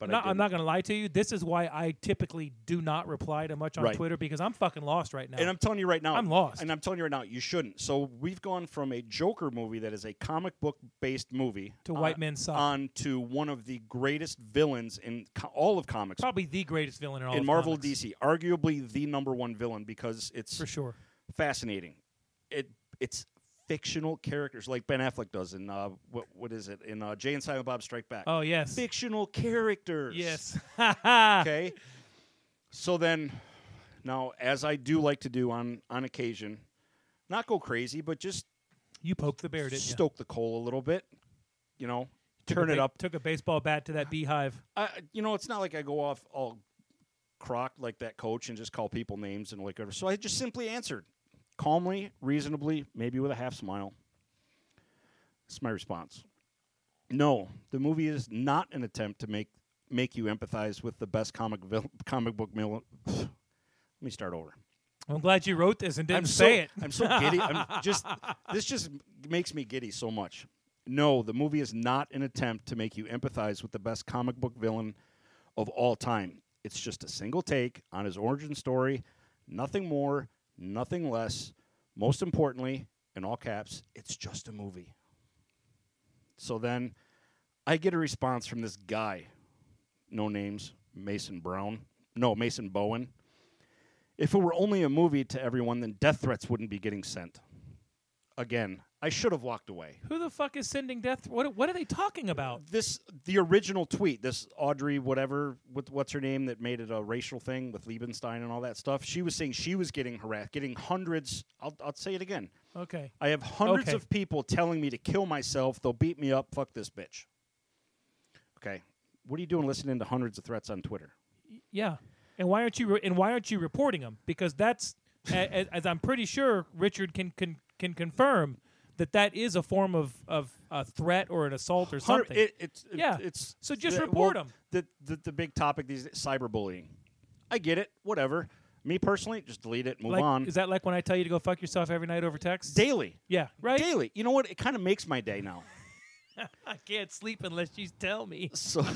S1: But
S2: No,
S1: I
S2: I'm
S1: didn't.
S2: not going to lie to you. This is why I typically do not reply to much on
S1: Right.
S2: Twitter because I'm fucking lost right now.
S1: And I'm telling you right now,
S2: I'm lost.
S1: And I'm telling you right now, you shouldn't. So we've gone from a Joker movie that is a comic book based movie
S2: To
S1: on-
S2: White Men's Sock.
S1: uh, on to one of the greatest villains in co- all of comics
S2: Probably the greatest villain in all
S1: in
S2: of
S1: Marvel
S2: comics,
S1: DC, arguably the number one villain because it's
S2: for sure.
S1: fascinating. It it's fictional characters like Ben Affleck does in uh, what what is it in uh, Jay and Silent Bob Strike Back?
S2: Oh yes,
S1: Fictional characters.
S2: yes.
S1: Okay. So then, now as I do like to do on on occasion, not go crazy, but just
S2: You poked the bear, didn't you?
S1: stoke the coal a little bit. You know,
S2: Took
S1: turn
S2: a
S1: it
S2: ba-
S1: up.
S2: Took a baseball bat to that beehive.
S1: I, you know, it's not like I go off all crock like that coach and just call people names and whatever. So I just simply answered calmly, reasonably, maybe with a half smile. That's my response. No, the movie is not an attempt to make make you empathize with the best comic vil- comic book mil- Let me start over.
S2: I'm glad you wrote this and didn't
S1: I'm
S2: say
S1: so,
S2: it.
S1: I'm so giddy. I'm just this just makes me giddy so much. No, the movie is not an attempt to make you empathize with the best comic book villain of all time. It's just a single take on his origin story, nothing more, nothing less. Most importantly, in all caps, it's just a movie. So then I get a response from this guy, no names, Mason Brown. No, Mason Bowen. If it were only a movie to everyone, then death threats wouldn't be getting sent. Again, I should have walked away.
S2: Who the fuck is sending death? What What are they talking about?
S1: This the original tweet, this Audrey whatever with what's her name that made it a racial thing with Liebenstein and all that stuff. She was saying she was getting harassed, getting hundreds. I'll, I'll say it again.
S2: Okay.
S1: I have hundreds
S2: Okay.
S1: of people telling me to kill myself. They'll beat me up. Fuck this bitch. Okay, what are you doing listening to hundreds of threats on Twitter?
S2: Yeah. And why aren't you re- and why aren't you reporting them? Because that's as, as I'm pretty sure Richard can can can confirm that that is a form of of a threat or an assault or
S1: Hundred-
S2: something.
S1: It, it's it-
S2: Yeah.
S1: It's
S2: So just
S1: the-
S2: report
S1: well,
S2: 'em.
S1: The, the the big topic these days, cyberbullying. I get it. Whatever. Me personally, just delete it. Move
S2: like,
S1: on.
S2: Is that like when I tell you to go fuck yourself every night over text?
S1: daily?
S2: yeah. Right.
S1: Daily. You know what? It kind of makes my day now.
S2: I can't sleep unless you tell me.
S1: So,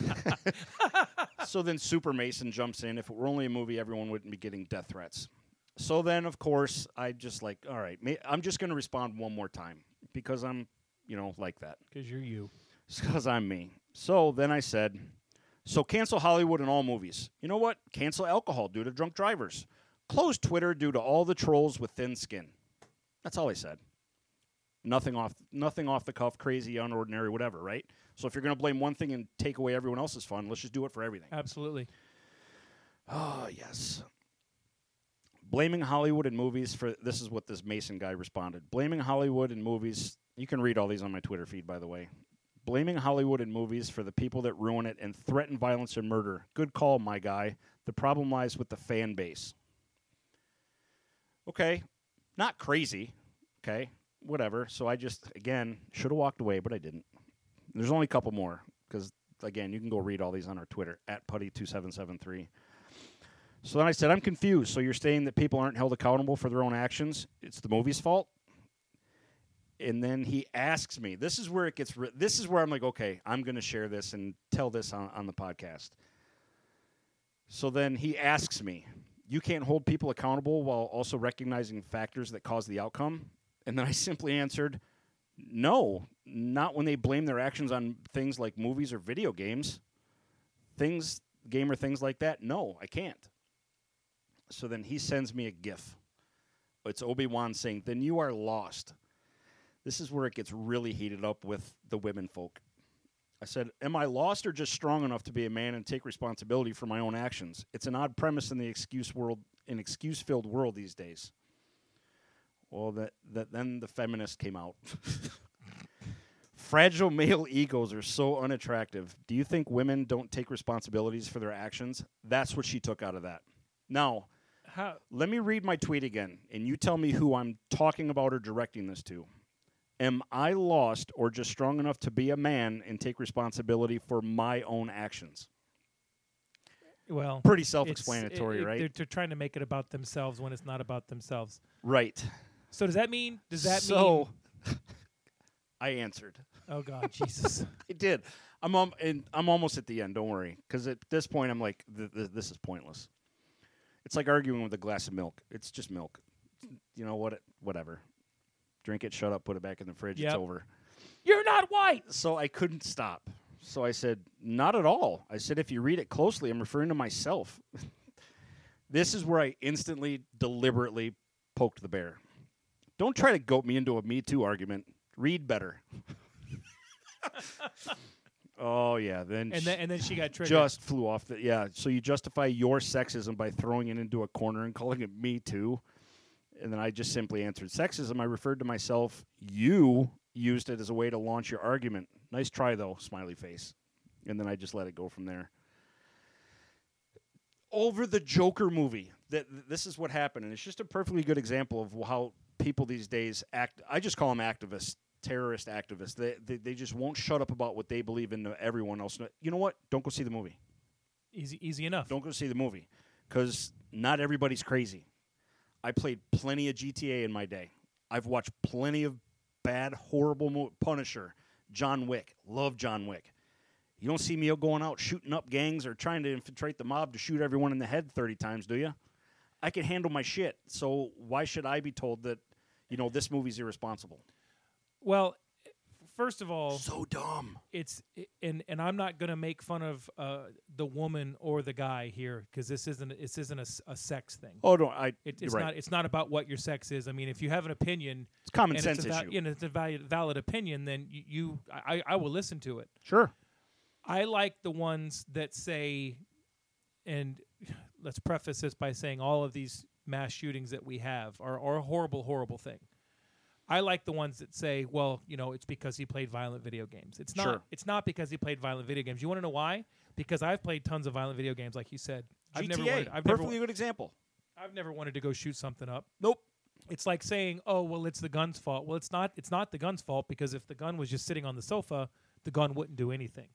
S1: so then Super Mason jumps in. If it were only a movie, everyone wouldn't be getting death threats. So then, of course, I just like, all right, ma- I'm just going to respond one more time because I'm, you know, like that.
S2: Because you're you.
S1: because I'm me. So then I said, so cancel Hollywood and all movies. You know what? Cancel alcohol due to drunk drivers. Close Twitter due to all the trolls with thin skin. That's all I said. Nothing off, nothing off the cuff, crazy, unordinary, whatever, right? So if you're going to blame one thing and take away everyone else's fun, let's just do it for everything.
S2: Absolutely.
S1: Oh, yes. Blaming Hollywood and movies for this is what this Mason guy responded. Blaming Hollywood and movies. You can read all these on my Twitter feed, by the way. Blaming Hollywood and movies for the people that ruin it and threaten violence and murder. Good call, my guy. The problem lies with the fan base. Okay. Not crazy. Okay. Whatever. So I just, again, should have walked away, but I didn't. There's only a couple more because, again, you can go read all these on our Twitter at putty2773. So then I said, I'm confused. So you're saying that people aren't held accountable for their own actions? It's the movie's fault? And then he asks me, this is where it gets, re- this is where I'm like, okay, I'm going to share this and tell this on, on the podcast. So then he asks me, you can't hold people accountable while also recognizing factors that cause the outcome? And then I simply answered, no, not when they blame their actions on things like movies or video games. Things, game or things like that, no, I can't. So then he sends me a GIF. It's Obi Wan saying, Then you are lost. This is where it gets really heated up with the women folk. I said, Am I lost or just strong enough to be a man and take responsibility for my own actions? It's an odd premise in the excuse world, an excuse filled world these days. Well, that, that then the feminist came out. Fragile male egos are so unattractive. Do you think women don't take responsibilities for their actions? That's what she took out of that. Now,
S2: How?
S1: let me read my tweet again, and you tell me who I'm talking about or directing this to. Am I lost or just strong enough to be a man and take responsibility for my own actions?
S2: Well.
S1: Pretty
S2: it's-
S1: self-explanatory,
S2: it- it-
S1: right?
S2: They're, they're trying to make it about themselves when it's not about themselves.
S1: right.
S2: So does that mean? Does that
S1: so? I answered.
S2: mean? Oh God, Jesus!
S1: I did. I'm um, and I'm almost at the end. Don't worry, because at this point I'm like, th- th- this is pointless. It's like arguing with a glass of milk. It's just milk. You know what? It, whatever. Drink it. Shut up. Put it back in the fridge. It's
S2: Yep.
S1: over.
S2: You're not white.
S1: so I couldn't stop. So I said, "Not at all." I said, "If you read it closely, I'm referring to myself." this is where I instantly, deliberately poked the bear. Don't try to goat me into a Me Too argument. Read better. oh yeah, then
S2: and
S1: sh-
S2: then and then she got triggered.
S1: just flew off the yeah. So you justify your sexism by throwing it into a corner and calling it Me Too, and then I just simply answered sexism. I referred to myself. You used it as a way to launch your argument. Nice try though, smiley face, and then I just let it go from there. Over the Joker movie. That this is what happened, and it's just a perfectly good example of how people these days act. I just call them activists, terrorist activists. They they, they just won't shut up about what they believe and everyone else. kno- You know what? Don't go see the movie.
S2: easy easy enough.
S1: Don't go see the movie because not everybody's crazy. I played plenty of GTA in my day. I've watched plenty of bad, horrible mo- Punisher, John Wick. Love John Wick. You don't see me going out shooting up gangs or trying to infiltrate the mob to shoot everyone in the head 30 times, do you? I can handle my shit. So why should I be told that, you know, this movie's irresponsible?
S2: Well, first of all,
S1: So dumb.
S2: it's and and I'm not gonna make fun of uh, the woman or the guy here because this isn't this isn't a, s- a sex thing.
S1: Oh no, I.
S2: It,
S1: you're
S2: it's
S1: right.
S2: not. It's not about what your sex is. I mean, if you have an opinion,
S1: It's a common
S2: and
S1: sense
S2: it's a val-
S1: issue.
S2: and it's a valid, valid opinion, then you, you I, I- I will listen to it.
S1: Sure.
S2: I like the ones that say, and let's preface this by saying all of these mass shootings that we have are, are a horrible, horrible thing. I like the ones that say, well, you know, it's because he played violent video games. It's not.
S1: Sure.
S2: It's not because he played violent video games. You want to know why? Because I've played tons of violent video games, like you said. I've never
S1: GTA,
S2: wanted, I've never,
S1: perfectly good example.
S2: I've never wanted to go shoot something up
S1: Nope.
S2: it's like saying, "Oh, well, it's the gun's fault." Well, it's not. It's not the gun's fault because if the gun was just sitting on the sofa, the gun wouldn't do anything.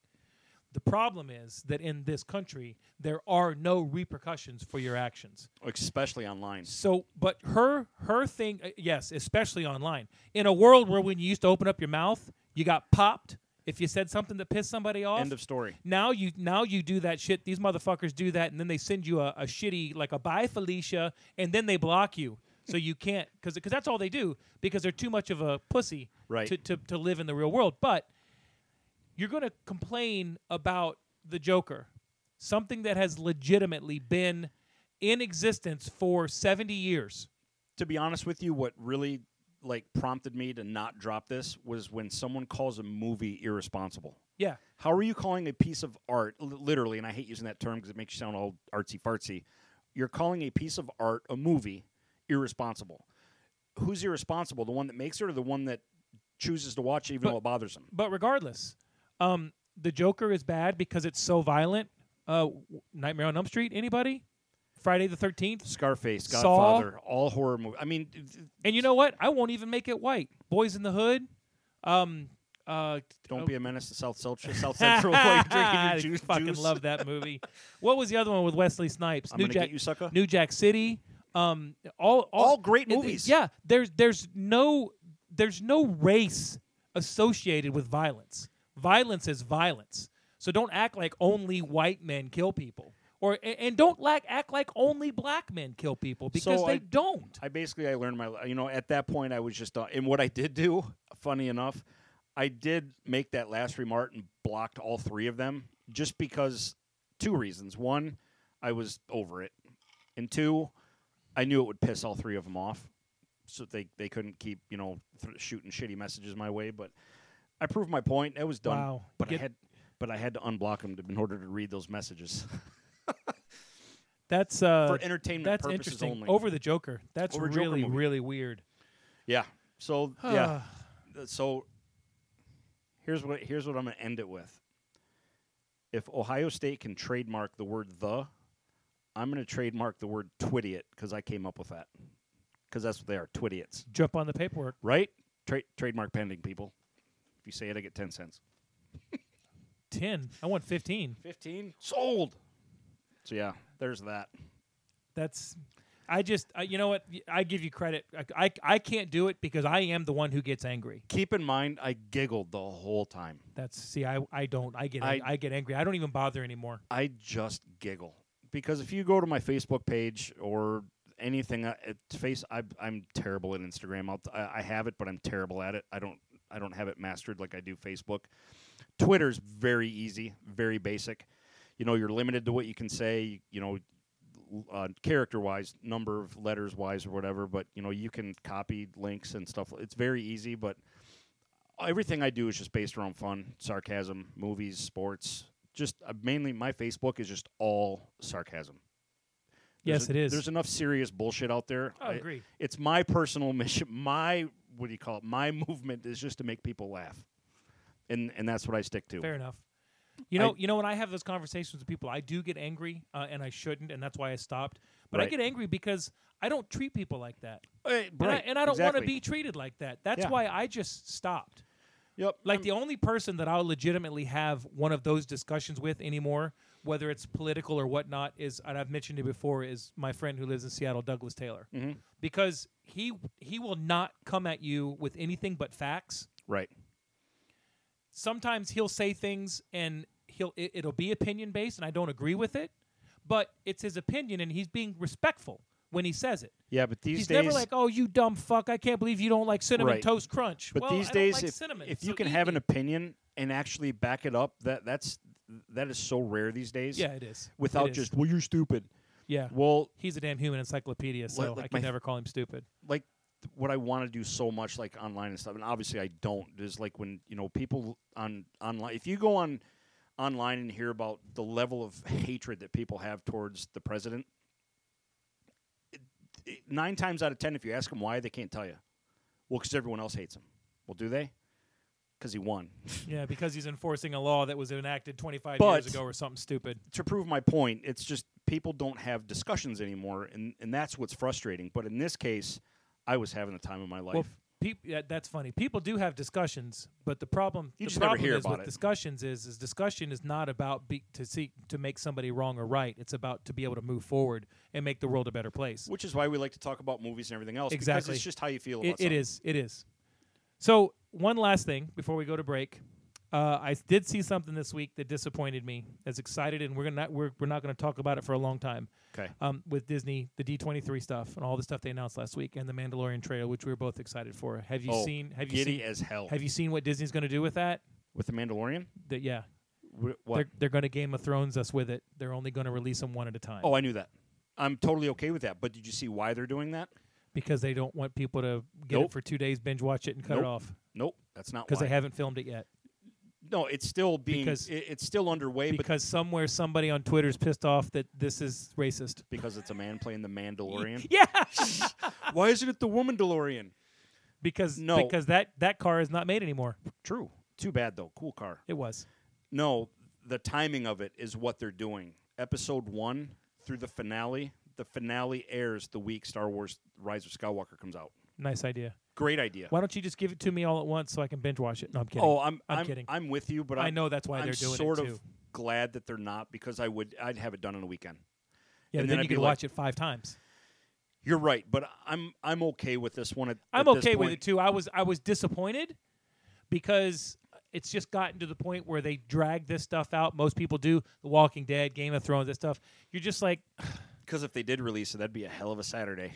S2: The problem is that in this country, there are no repercussions for your actions.
S1: Especially online.
S2: So, but her her thing, uh, yes, especially online. In a world where when you used to open up your mouth, you got popped if you said something that pissed somebody off.
S1: End of story.
S2: Now you now you do that shit. These motherfuckers do that, and then they send you a, a shitty like a bye Felicia, and then they block you, so you can't because because that's all they do because they're too much of a pussy
S1: Right.
S2: to, to to live in the real world. But you're gonna complain about the Joker, something that has legitimately been in existence for seventy years.
S1: To be honest with you, what really like prompted me to not drop this was when someone calls a movie irresponsible.
S2: Yeah,
S1: How are you calling a piece of art li- literally? And I hate using that term because it makes you sound all artsy fartsy. You're calling a piece of art a movie irresponsible. Who's irresponsible? The one that makes it, or the one that chooses to watch it even
S2: But-
S1: though it bothers them?
S2: but regardless, um, the Joker is bad because it's so violent. Uh, w- Nightmare on Elm Street. Anybody? Friday the Thirteenth.
S1: Scarface,
S2: Saw.
S1: Godfather, all horror movies. I mean, th- th-
S2: And you know what? I won't even make it white. Boys in the Hood. Um, uh,
S1: don't
S2: oh.
S1: be a menace to South Central, South Central while you're drinking your
S2: I
S1: juice.
S2: fucking
S1: juice.
S2: love that movie. what was the other one with Wesley Snipes?
S1: I'm
S2: New
S1: gonna
S2: Jack,
S1: get you, sucker.
S2: New Jack City. Um, all, all
S1: All great
S2: it- it-
S1: movies.
S2: yeah, there's there's no there's no race associated with violence. Violence is violence. So don't act like only white men kill people, or a- and don't like act like only black men kill people because
S1: So
S2: they
S1: I-
S2: don't.
S1: I basically I learned my you know at that point I was just uh, and what I did do funny enough I did make that last remark and blocked all three of them just because two reasons one I was over it and two I knew it would piss all three of them off so they they couldn't keep you know th- shooting shitty messages my way but I proved my point it was done
S2: Wow.
S1: but
S2: Get-
S1: I had but I had to unblock them in order to read those messages
S2: That's uh,
S1: for entertainment
S2: that's
S1: purposes
S2: interesting.
S1: Mm, only
S2: Over the Joker. That's
S1: Over Joker
S2: really
S1: movie.
S2: really weird.
S1: yeah so yeah Th- so here's what here's what I'm going to end it with. If Ohio State can trademark the word the, I'm going to trademark the word twidiot because I came up with that. Because that's what they are, twidiots,
S2: Jump on the paperwork.
S1: right? Tra- trademark pending, people. If you say it, I get ten cents.
S2: Ten. I want fifteen.
S1: Fifteen sold. So yeah, there's that.
S2: That's. I just. I, you know what? I give you credit. I, I I can't do it because I am the one who gets angry.
S1: Keep in mind, I giggled the whole time.
S2: That's see. I I don't. I get. ang-
S1: I-
S2: I get angry. I don't even bother anymore.
S1: I just giggle because if you go to my Facebook page or anything, uh, it- face I, I'm terrible at Instagram. I'll, I I have it, but I'm terrible at it. I don't I don't have it mastered like I do Facebook. Twitter's very easy, very basic. You know, you're limited to what you can say. You know, uh, character wise, number of letters wise, or whatever. But you know, you can copy links and stuff. It's very easy, but everything I do is just based around fun, sarcasm, movies, sports. Just uh, mainly, my Facebook is just all sarcasm. There's
S2: yes,
S1: a-
S2: it is. Oh,
S1: There's enough serious bullshit out there.
S2: I agree.
S1: It's my personal mission. My what do you call it? My movement is just to make people laugh, and and that's what I stick to.
S2: Fair enough. You
S1: I-
S2: know, you know when I have those conversations with people, I do get angry, uh, and I shouldn't, and that's why I stopped. But I
S1: Right.
S2: get angry because I don't treat people like that,
S1: Uh,
S2: and, I,
S1: right,
S2: and I don't want to
S1: exactly.
S2: be treated like that. That's
S1: Yeah.
S2: why I just stopped.
S1: Yep.
S2: Like the only person that I'll legitimately have one of those discussions with anymore, whether it's political or whatnot, is and I've mentioned it before, is my friend who lives in Seattle, Douglas Taylor,
S1: Mm-hmm.
S2: because he he will not come at you with anything but facts.
S1: Right.
S2: sometimes he'll say things and he'll it, it'll be opinion based and I don't agree with it, but it's his opinion and he's being respectful when he says it.
S1: Yeah, but these
S2: he's
S1: days,
S2: never like, "Oh, you dumb fuck! I can't believe you don't like cinnamon
S1: Right.
S2: toast crunch."
S1: but
S2: Well,
S1: these
S2: I don't
S1: days,
S2: like
S1: if,
S2: cinnamon,
S1: if
S2: so
S1: you can
S2: eat
S1: have an
S2: me.
S1: opinion and actually back it up, that that's that is so rare these days.
S2: yeah, it is It
S1: Without
S2: is.
S1: just well, you're stupid.
S2: yeah.
S1: Well,
S2: He's a damn human encyclopedia, so
S1: like
S2: I
S1: my
S2: can
S1: f-
S2: never call him stupid.
S1: like th- what I want to do so much, like online and stuff, and obviously I don't. Is like when you know people on online. If you go on online and hear about the level of hatred that people have towards the president, it- it- nine times out of ten, if you ask them why, they can't tell you. Well, because everyone else hates him. Well, do they? Because he won.
S2: Yeah, because he's enforcing a law that was enacted 25
S1: But-
S2: years ago or something stupid.
S1: to prove my point, it's just people don't have discussions anymore, and, and that's what's frustrating. But in this case, I was having the time of my life.
S2: Well, peop- yeah, that's funny. People do have discussions, but the problem
S1: You
S2: the
S1: just never
S2: problem
S1: hear
S2: is
S1: about it.
S2: with discussions is is discussion is not about be, to seek to make somebody wrong or right. It's about to be able to move forward and make the world a better place.
S1: which is why we like to talk about movies and everything else. Because
S2: Exactly.
S1: it's just how you feel about
S2: It, it
S1: something.
S2: is. It is. So one last thing before we go to break, uh, I did see something this week that disappointed me. As excited, and we're gonna not, we're we're not gonna talk about it for a long time.
S1: Okay.
S2: Um, with Disney, the D twenty three stuff, and all the stuff they announced last week, and the Mandalorian trailer, which we were both excited for. Have you
S1: Oh,
S2: seen? Have you
S1: Giddy
S2: seen?
S1: as hell.
S2: Have you seen what Disney's going to do with that?
S1: With the Mandalorian?
S2: That yeah,
S1: Wh- What?
S2: they're they're going to Game of Thrones us with it. They're only going to release them one at a time
S1: oh, I knew that. I'm totally okay with that. But did you see why they're doing that?
S2: because they don't want people to get
S1: Nope.
S2: it for two days, binge watch it, and cut
S1: Nope.
S2: it off
S1: Nope, that's not
S2: because
S1: why.
S2: they haven't filmed it yet.
S1: no, it's still being.
S2: Because-
S1: it- it's still underway, but
S2: Because somewhere somebody on Twitter's pissed off that this is racist.
S1: because it's a man playing the Mandalorian.
S2: Yeah,
S1: why isn't it the woman DeLorean?
S2: because
S1: No.
S2: because that that car is not made anymore.
S1: True. Too bad though. Cool car.
S2: It was
S1: No, the timing of it is what they're doing. Episode one through the finale. The finale airs the week Star Wars: Rise of Skywalker comes out.
S2: nice idea.
S1: Great idea.
S2: Why don't you just give it to me all at once so I can binge watch it? No, I'm kidding.
S1: Oh, I'm
S2: I'm
S1: I'm,
S2: kidding.
S1: I'm with you, but
S2: I
S1: I'm,
S2: know that's why
S1: I'm
S2: they're doing it,
S1: sort of
S2: too.
S1: glad that they're not because I would I'd have it done on a weekend.
S2: yeah,
S1: and then
S2: then, you
S1: I'd be
S2: could
S1: like-
S2: watch it five times.
S1: You're right, but I'm I'm okay with this one. At,
S2: I'm
S1: at this
S2: okay with it
S1: point.
S2: too. I was I was disappointed because it's just gotten to the point where they drag this stuff out. Most people do. The Walking Dead, Game of Thrones, that stuff. You're just like,
S1: because if they did release it, that'd be a hell of a Saturday.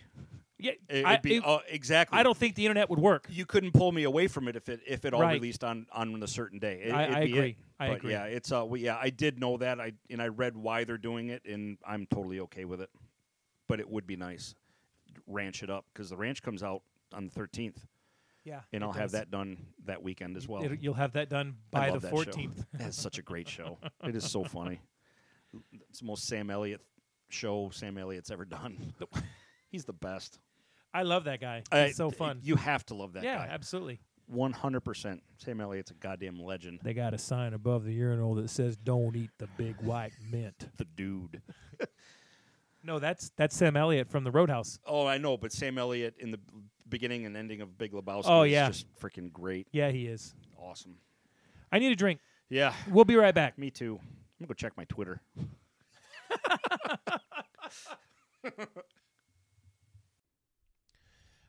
S2: yeah.
S1: It,
S2: I,
S1: would be
S2: it-
S1: oh, exactly.
S2: I don't think the internet would work.
S1: You couldn't pull me away from it if it if it all
S2: Right.
S1: released on on a certain day. It,
S2: I-
S1: it'd
S2: I
S1: be
S2: agree.
S1: It.
S2: I
S1: but
S2: agree.
S1: Yeah, it's uh, well, yeah. I did know that. I and I read why they're doing it, and I'm totally okay with it. But it would be nice, ranch it up because the ranch comes out on the 13th,
S2: Yeah,
S1: and
S2: it
S1: I'll have
S2: does.
S1: that done that weekend as well.
S2: It'll- you'll have that done
S1: I
S2: by
S1: love
S2: the
S1: that show.
S2: 14th.
S1: That's such a great show. It is so funny. It's the most Sam Elliott show Sam Elliott's ever done. He's the best.
S2: I love that guy.
S1: I-
S2: He's so fun.
S1: Uh, You have to love that
S2: yeah,
S1: guy.
S2: absolutely.
S1: One hundred percent. Sam Elliott's a goddamn legend.
S2: They got a sign above the urinal that says "Don't eat the big white mint."
S1: The dude.
S2: No, that's that's Sam Elliott from the Roadhouse.
S1: Oh, I know, but Sam Elliott in the b- beginning and ending of Big Lebowski
S2: Oh,
S1: is
S2: yeah.
S1: just freaking great.
S2: Yeah, he is.
S1: Awesome.
S2: I need a drink.
S1: Yeah.
S2: We'll be right back.
S1: Me too. I'm gonna go check my Twitter.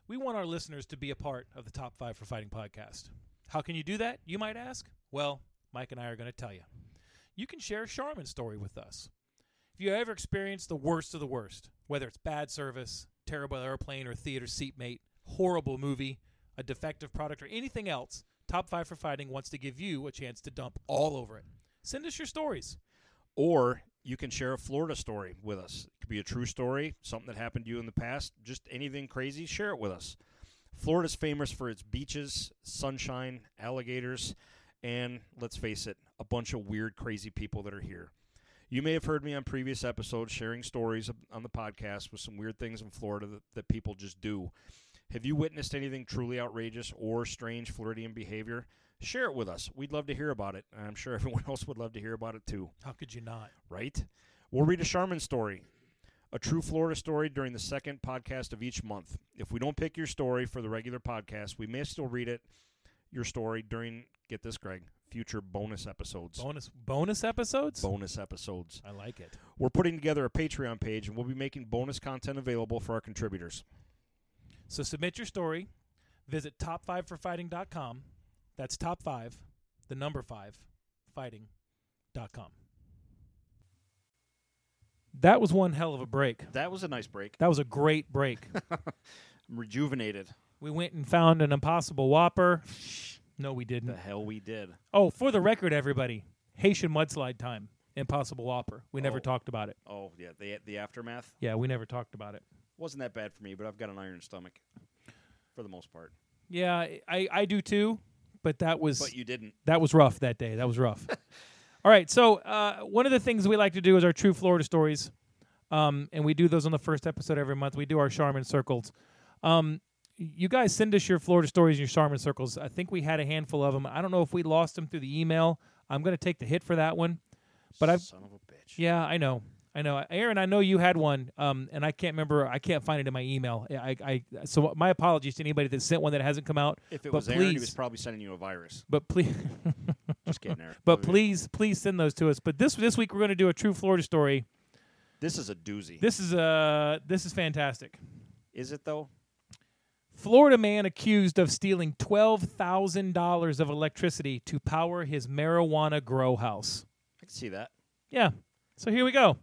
S2: We want our listeners to be a part of the Top 5 for Fighting podcast. How can you do that, you might ask? Well, Mike and I are going to tell you. You can share Charmin's story with us. If you ever experienced the worst of the worst, whether it's bad service, terrible airplane or theater seatmate, horrible movie, a defective product, or anything else, Top 5 for Fighting wants to give you a chance to dump all over it. Send us your stories.
S1: Or you can share a Florida story with us. It could be a true story, something that happened to you in the past, just anything crazy, share it with us. Florida's famous for its beaches, sunshine, alligators, and let's face it, a bunch of weird, crazy people that are here. You may have heard me on previous episodes sharing stories of- on the podcast with some weird things in Florida that, that people just do. Have you witnessed anything truly outrageous or strange Floridian behavior? Share it with us. We'd love to hear about it. I'm sure everyone else would love to hear about it too
S2: How could you not?
S1: right? We'll read a Charmin story, a true Florida story during the second podcast of each month. If we don't pick your story for the regular podcast, we may still read it, your story during, get this, Greg, future bonus episodes.
S2: Bonus bonus episodes.
S1: bonus episodes.
S2: I like it.
S1: We're putting together a Patreon page and we'll be making bonus content available for our contributors.
S2: So submit your story. Visit top5forfighting.com. That's top five, the number five, fighting.com. That was one hell of a break.
S1: That was a nice break.
S2: That was a great break.
S1: I'm rejuvenated.
S2: we went and found an impossible whopper. No, we
S1: The
S2: didn't.
S1: hell we did.
S2: Oh, for the record, everybody, Haitian mudslide time. Impossible whopper. We never
S1: Oh.
S2: talked about it.
S1: Oh, yeah, the, the aftermath
S2: Yeah, we never talked about it.
S1: wasn't that bad for me, but I've got an iron stomach for the most part.
S2: Yeah, I- I, I do too, but that was
S1: But you didn't.
S2: That was rough that day. That was rough. All right. So uh, one of the things we like to do is our true Florida stories, um, and we do those on the first episode every month. We do our Charmin circles. Um, you guys send us your Florida stories and your Charmin circles. I think we had a handful of them. I don't know if we lost them through the email. I'm going to take the hit for that one. But I've
S1: Son of a bitch.
S2: yeah, I know. I know, Aaron. I know you had one, um, and I can't remember. I can't find it in my email. I, I so my apologies to anybody that sent one that hasn't come out.
S1: If it
S2: but
S1: was
S2: please,
S1: Aaron, he was probably sending you a virus.
S2: but please,
S1: Just kidding, Aaron.
S2: But please, please send those to us. But this this week we're going to do a true Florida story.
S1: this is a doozy.
S2: This is uh this is fantastic.
S1: is it though?
S2: Florida man accused of stealing twelve thousand dollars of electricity to power his marijuana grow house.
S1: I can see that.
S2: Yeah. So here we go.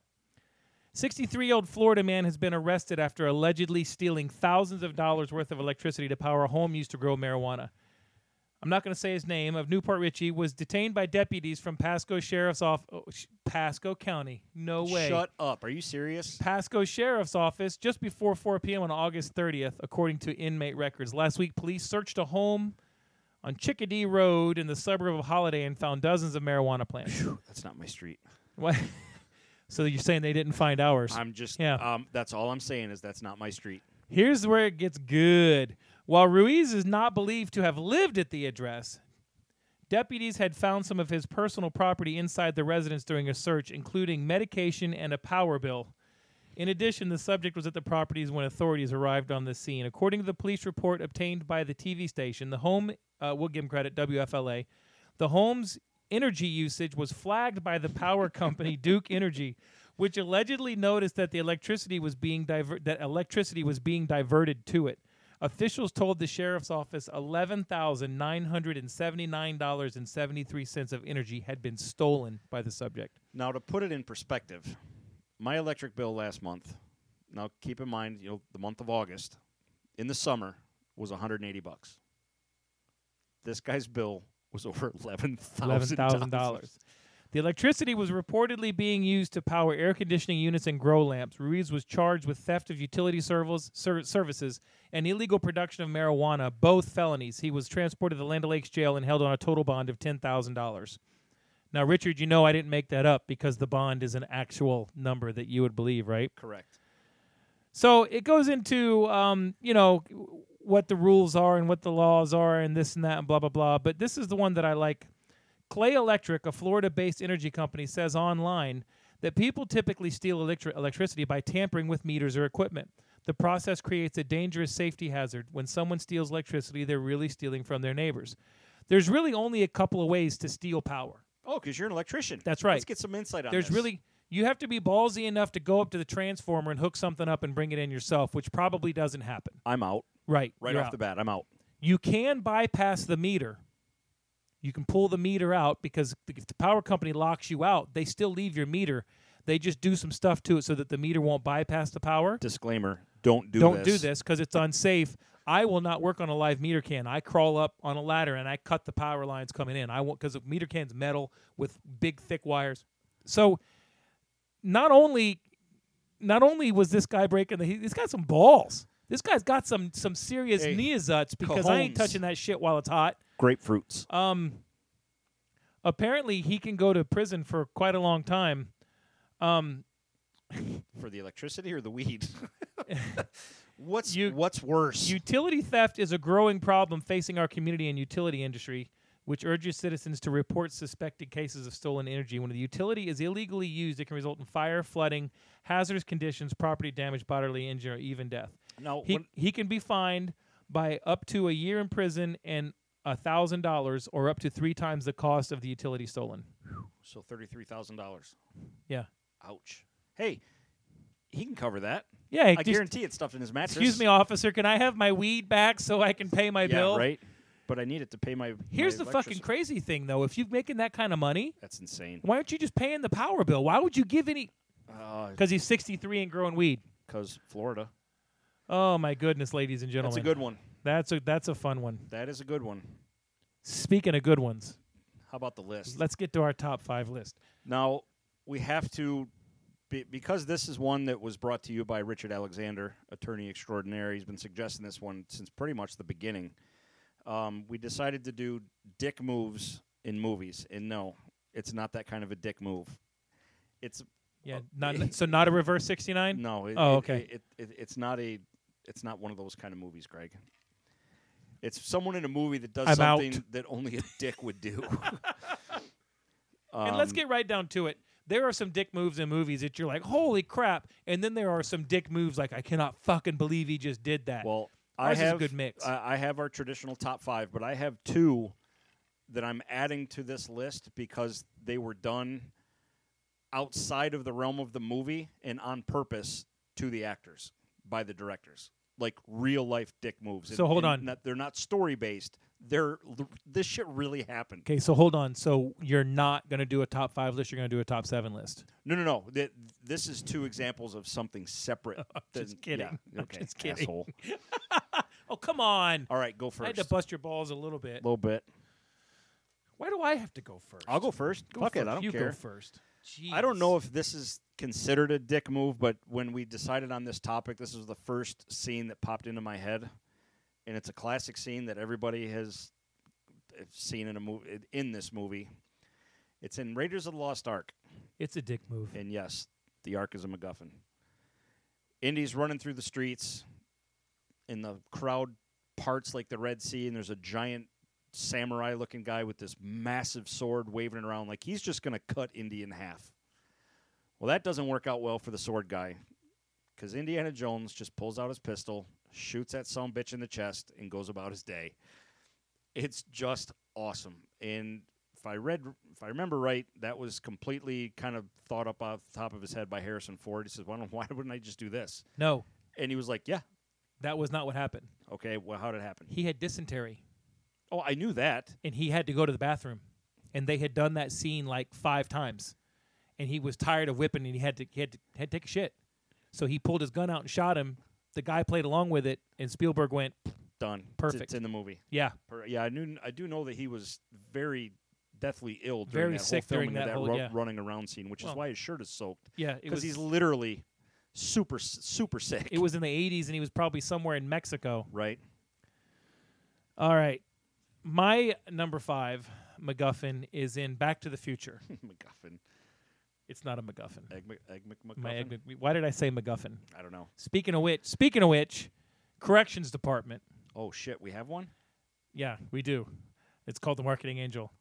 S2: 63 year old Florida man has been arrested after allegedly stealing thousands of dollars worth of electricity to power a home used to grow marijuana. I'm not going to say his name of Newport Richie was detained by deputies from Pasco Sheriff's Off oh, sh- Pasco County. No way.
S1: Shut up. Are you serious?
S2: Pasco Sheriff's Office just before 4 p.m. on August 30th, according to inmate records. Last week, police searched a home on Chickadee Road in the suburb of Holiday and found dozens of marijuana plants.
S1: That's not my street.
S2: What? so you're saying they didn't find ours?
S1: I'm just.
S2: Yeah.
S1: Um. That's all I'm saying is that's not my street.
S2: Here's where it gets good. While Ruiz is not believed to have lived at the address, deputies had found some of his personal property inside the residence during a search, including medication and a power bill. In addition, the subject was at the properties when authorities arrived on the scene. According to the police report obtained by the TV station, the home, uh, we'll give him credit, WFLA, the home's energy usage was flagged by the power company Duke Energy, which allegedly noticed that the electricity was being diver- that electricity was being diverted to it. Officials told the sheriff's office eleven thousand nine hundred and seventy nine dollars and seventy three cents of energy had been stolen by the subject.
S1: Now to put it in perspective, my electric bill last month. Now keep in mind, you know, the month of August, in the summer, was 180 bucks. This guy's bill was over eleven thousand
S2: $11,000. The electricity was reportedly being used to power air conditioning units and grow lamps. Ruiz was charged with theft of utility servos, ser- services and illegal production of marijuana, both felonies. He was transported to the Land O'Lakes jail and held on a total bond of $10,000. Now, Richard, you know I didn't make that up because the bond is an actual number that you would believe, right?
S1: Correct.
S2: So it goes into um, you know what the rules are and what the laws are and this and that and blah blah blah. But this is the one that I like. Clay Electric, a Florida-based energy company, says online that people typically steal electri- electricity by tampering with meters or equipment. The process creates a dangerous safety hazard. When someone steals electricity, they're really stealing from their neighbors. There's really only a couple of ways to steal power.
S1: Oh, because you're an electrician.
S2: That's right.
S1: Let's get some insight on
S2: There's
S1: this.
S2: really you have to be ballsy enough to go up to the transformer and hook something up and bring it in yourself, which probably doesn't happen.
S1: I'm out.
S2: Right.
S1: Right
S2: you're
S1: off
S2: out.
S1: the bat, I'm out.
S2: You can bypass the meter. You can pull the meter out because if the power company locks you out, they still leave your meter. They just do some stuff to it so that the meter won't bypass the power.
S1: Disclaimer: Don't do
S2: Don't
S1: this.
S2: do this because it's unsafe. I will not work on a live meter can. I crawl up on a ladder and I cut the power lines coming in. I want because the meter can's metal with big thick wires. So not only not only was this guy breaking the, he- he's got some balls. This guy's got some some serious
S1: Hey,
S2: neozuts because I ain't
S1: cajones.
S2: touching that shit while it's hot.
S1: Grapefruits.
S2: Um, apparently he can go to prison for quite a long time. Um,
S1: For the electricity or the weed? what's
S2: You-
S1: what's worse?
S2: utility theft is a growing problem facing our community and utility industry, which urges citizens to report suspected cases of stolen energy. When the utility is illegally used, it can result in fire, flooding, hazardous conditions, property damage, bodily injury, or even death.
S1: no,
S2: He
S1: Oh, when-
S2: he can be fined by up to a year in prison and a thousand dollars, or up to three times the cost of the utility stolen.
S1: so thirty-three thousand dollars.
S2: Yeah,
S1: Ouch. Hey, he can cover that.
S2: yeah.
S1: I
S2: just-
S1: guarantee it's stuffed in his mattress.
S2: Excuse me, officer. Can I have my weed back so I can pay my
S1: yeah,
S2: bill?
S1: right. But I need it to pay my.
S2: Here's
S1: my
S2: the fucking
S1: electric-
S2: crazy thing, though. If you're making that kind of money,
S1: That's insane.
S2: why aren't you just paying the power bill? Why would you give any? Because he's 63 and growing weed.
S1: Because Uh, Florida.
S2: Oh my goodness, ladies and gentlemen.
S1: That's a good one.
S2: That's a that's a fun one.
S1: That is a good one.
S2: Speaking of good ones,
S1: How about the list?
S2: let's get to our top five list.
S1: Now we have to, be, because this is one that was brought to you by Richard Alexander, attorney extraordinaire. He's been suggesting this one since pretty much the beginning. Um, we decided to do dick moves in movies, and no, it's not that kind of a dick move. It's
S2: Yeah,
S1: Oh,
S2: not so not a reverse 69.
S1: no. It,
S2: Oh,
S1: it-
S2: okay.
S1: It, it, it's not a. It's not one of those kind of movies, Greg. It's someone in a movie that does
S2: I'm
S1: something
S2: out.
S1: that only a dick would do.
S2: and let's
S1: Um,
S2: get right down to it. There are some dick moves in movies that you're like, holy crap, and then there are some dick moves like I cannot fucking believe he just did that.
S1: Well,
S2: Ours
S1: I
S2: is a
S1: have
S2: good mix.
S1: I, I have our traditional top five, but I have two that I'm adding to this list because they were done outside of the realm of the movie and on purpose to the actors by the directors, like real life dick moves.
S2: So hold on.
S1: not- they're not story based. They're this shit really happened.
S2: Okay, so hold on. So you're not going to do a top five list. You're going to do a top seven list.
S1: No, no, no. Th- this is two examples of something separate. than-
S2: just kidding.
S1: Yeah,
S2: I'm
S1: okay,
S2: just kidding.
S1: asshole.
S2: Oh, come on.
S1: All right, go first.
S2: I had to bust your balls a little bit.
S1: little bit.
S2: Why do I have to go first?
S1: I'll go first.
S2: Go
S1: Fuck
S2: first.
S1: it. I don't
S2: you
S1: care.
S2: go first.
S1: I don't know if this is considered a dick move, but when we decided on this topic, this was the first scene that popped into my head, and it's a classic scene that everybody has uh, seen in a movie in this movie. It's in Raiders of the Lost Ark,
S2: it's a dick move.
S1: and yes, the Ark is a MacGuffin. Indy's running through the streets, and the crowd parts like the Red Sea, and there's a giant samurai-looking guy with this massive sword waving it around like he's just going to cut Indy in half. Well, that doesn't work out well for the sword guy because Indiana Jones just pulls out his pistol, shoots that some bitch in the chest, and goes about his day. It's just awesome. And if I read, if I remember right, that was completely kind of thought up off the top of his head by Harrison Ford. He says, "Why don't, why wouldn't I just do this?"
S2: No,
S1: And he was like, "Yeah,
S2: that was not what happened.
S1: okay. Well, how did it happen?"
S2: He had dysentery
S1: Oh, I knew that.
S2: and he had to go to the bathroom, and they had done that scene like five times, and he was tired of whipping and he had to he had to, had to take a shit, so he pulled his gun out and shot him. The guy played along with it, and Spielberg went,
S1: Done. It's-
S2: Perfect.
S1: It's in the movie.
S2: "Yeah,
S1: Per- Yeah, I knew. I do know that he was very deathly ill during
S2: Very
S1: that
S2: sick
S1: whole
S2: during
S1: filming of
S2: that
S1: that
S2: whole-
S1: ru-
S2: yeah.
S1: running around scene, which
S2: Well-
S1: is why his shirt is soaked.
S2: yeah." It
S1: because
S2: was
S1: he's literally super s- super sick.
S2: it was in the '80s, and he was probably somewhere in Mexico.
S1: right.
S2: All right. My number five MacGuffin is in Back to the Future.
S1: MacGuffin,
S2: It's not a MacGuffin.
S1: egg, Mc- egg Mc-
S2: My
S1: MacGuffin?
S2: egg- why did I say MacGuffin?
S1: I don't know.
S2: Speaking of which, speaking of which, corrections department.
S1: Oh shit, we have one.
S2: Yeah, we do. It's called the Marketing Angel.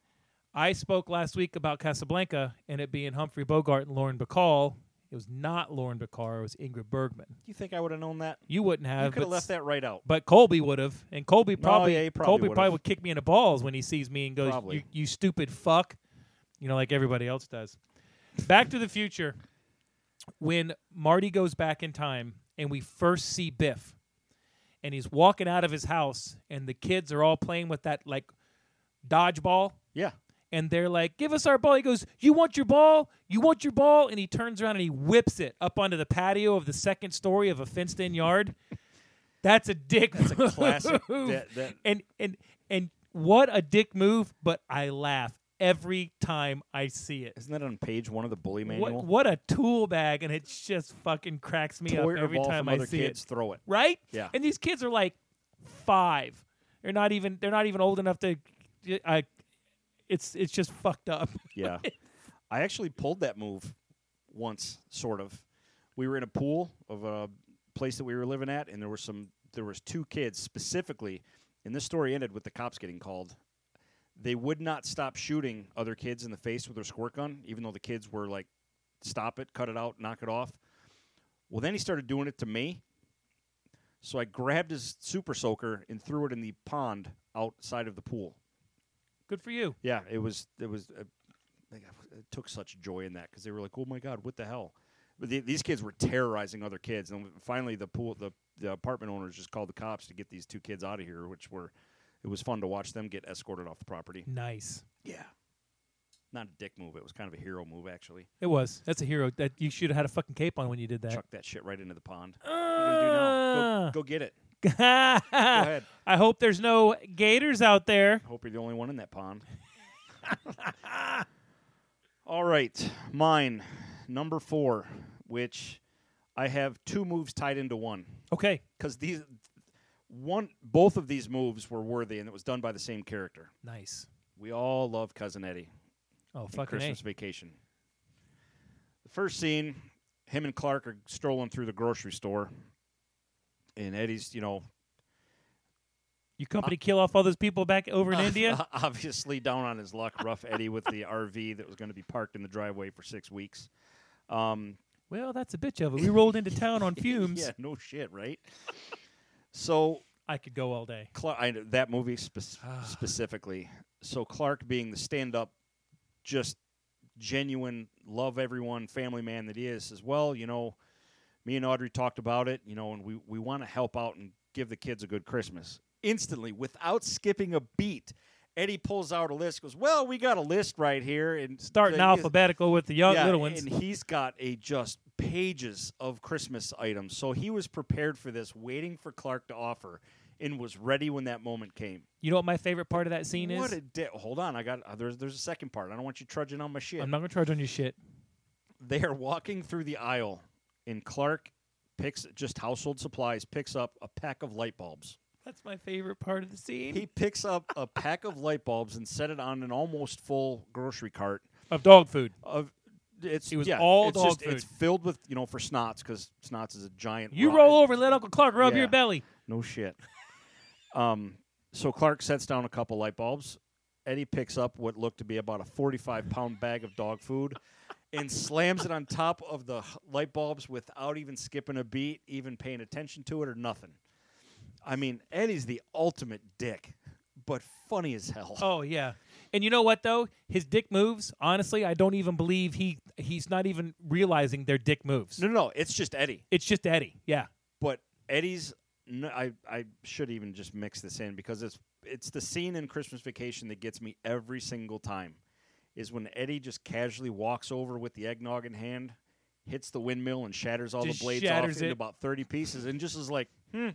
S2: I spoke last week about Casablanca and it being Humphrey Bogart and Lauren Bacall. It was not Lauren Bacall. It was Ingrid Bergman.
S1: You think I would have known that?
S2: You wouldn't have.
S1: you could
S2: but
S1: have left
S2: s-
S1: that right out.
S2: But Colby would have, and Colby probably,
S1: Oh, yeah, he probably
S2: Colby
S1: would
S2: probably
S1: have.
S2: would kick me in the balls when he sees me and goes,
S1: Probably.
S2: "You, you stupid fuck," you know, like everybody else does. Back to the Future, when Marty goes back in time and we first see Biff, and he's walking out of his house, and the kids are all playing with that like dodgeball
S1: Yeah,
S2: and they're like, "Give us our ball." He goes, "You want your ball? You want your ball?" And he turns around and he whips it up onto the patio of the second story of a fenced-in yard. That's a dick. That's a
S1: classic. that, that
S2: and and and what a dick move! But I laugh every time I see it.
S1: Isn't that on page one of the bully
S2: What,
S1: manual?
S2: what a tool bag, and it just fucking cracks me
S1: Toy
S2: up
S1: or
S2: every
S1: ball
S2: time
S1: from
S2: I
S1: other
S2: see
S1: kids,
S2: it.
S1: throw it.
S2: Right?
S1: Yeah.
S2: And these kids are like five. They're not even. They're not even old enough to. I. It's it's just fucked up.
S1: Yeah. I actually pulled that move once, sort of. We were in a pool of a place that we were living at, and there were some there was two kids specifically, and this story ended with the cops getting called. They would not stop shooting other kids in the face with their squirt gun, even though the kids were like, stop it, cut it out, knock it off. Well then he started doing it to me. So I grabbed his super soaker and threw it in the pond outside of the pool.
S2: Good for you.
S1: Yeah, it was. It was. Uh, like, I I took such joy in that because they were like, "Oh my god, what the hell?" But the, these kids were terrorizing other kids, and finally, the pool, the, the apartment owners just called the cops to get these two kids out of here, which were. It was fun to watch them get escorted off the property.
S2: Nice.
S1: Yeah, not a dick move. It was kind of a hero move, actually.
S2: It was. That's a hero. That you should have had a fucking cape on when you did that. Uh.
S1: Chuck that shit right into the pond. What are you gonna do now?
S2: Ah.
S1: Go, go get it. ahead.
S2: I hope there's no gators out there.
S1: Hope you're the only one in that pond. All right, mine number four, which I have two moves tied into one
S2: Okay,
S1: because these one both of these moves were worthy and it was done by the same character.
S2: nice.
S1: We all love Cousin Eddie.
S2: Oh
S1: in
S2: fucking A.
S1: Christmas Vacation. The first scene, him and Clark are strolling through the grocery store, and Eddie's you know
S2: You
S1: Uh,
S2: company kill off all those people back over in India.
S1: Obviously, down on his luck, rough Eddie with the RV that was going to be parked in the driveway for six weeks. Um,
S2: Well, that's a bitch of it. We rolled into town on fumes.
S1: yeah, no shit, right? so
S2: I could go all day.
S1: Cla- I, know- that movie spec-
S2: Ah.
S1: specifically. So Clark, being the stand-up, just genuine, love everyone, family man that he is, says, "Well, you know, me and Audrey talked about it, you know, and we we want to help out and give the kids a good Christmas." Instantly, without skipping a beat, Eddie pulls out a list. Goes, "Well, we got a list right here, and
S2: Starting
S1: the-
S2: alphabetical with the young
S1: yeah,
S2: little ones.
S1: And he's got a just pages of Christmas items. So he was prepared for this, waiting for Clark to offer, and was ready when that moment came.
S2: You know what my favorite part of that scene
S1: what
S2: is?
S1: a di- hold on, I got uh, there's there's a second part. I don't want you trudging on my shit.
S2: I'm not gonna charge on your shit.
S1: they are walking through the aisle, and Clark picks just household supplies, picks up a pack of light bulbs.
S2: That's my favorite part of the scene
S1: He picks up a pack of light bulbs and set it on an almost full grocery cart
S2: of dog food.
S1: of it's
S2: It was
S1: yeah,
S2: all
S1: it's
S2: dog
S1: just- It's
S2: food.
S1: filled with you know for snots because snots is a giant.
S2: You
S1: ro-
S2: roll over, let Uncle Clark rub
S1: Yeah.
S2: your belly.
S1: No shit. um, so Clark sets down a couple light bulbs. Eddie picks up what looked to be about a 45 pound bag of dog food and slams it on top of the h- light bulbs without even skipping a beat, even paying attention to it or nothing. I mean, Eddie's the ultimate dick, but funny as hell.
S2: Oh yeah. And you know what though? His dick moves. Honestly, I don't even believe he he's not even realizing their dick moves.
S1: No, no, no, it's just Eddie.
S2: It's just Eddie. Yeah.
S1: but Eddie's. No, I I should even just mix this in because it's it's the scene in Christmas Vacation that gets me every single time, is when Eddie just casually walks over with the eggnog in hand, hits the windmill and shatters all
S2: Just
S1: the blades
S2: shatters
S1: off into
S2: it.
S1: about thirty pieces and just is like, hmm,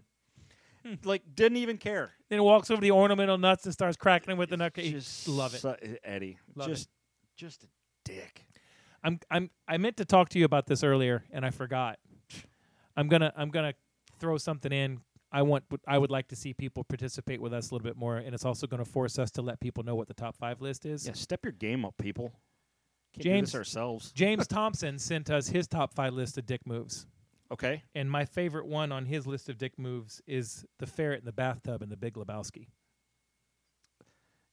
S2: Hmm.
S1: like didn't even care.
S2: Then he walks over the ornamental nuts and starts cracking them with the nut. Just love it.
S1: su- eh, Eddie.
S2: Love it.
S1: just just a dick.
S2: I'm I'm I meant to talk to you about this earlier and I forgot. I'm gonna I'm gonna throw something in. I want I would like to see people participate with us a little bit more, and it's also going to force us to let people know what the top five list is.
S1: Yeah, step your game up, people. Can't do
S2: James-
S1: this ourselves.
S2: James Thompson sent us his top five list of dick moves.
S1: Okay.
S2: And my favorite one on his list of dick moves is the ferret in the bathtub in the Big Lebowski.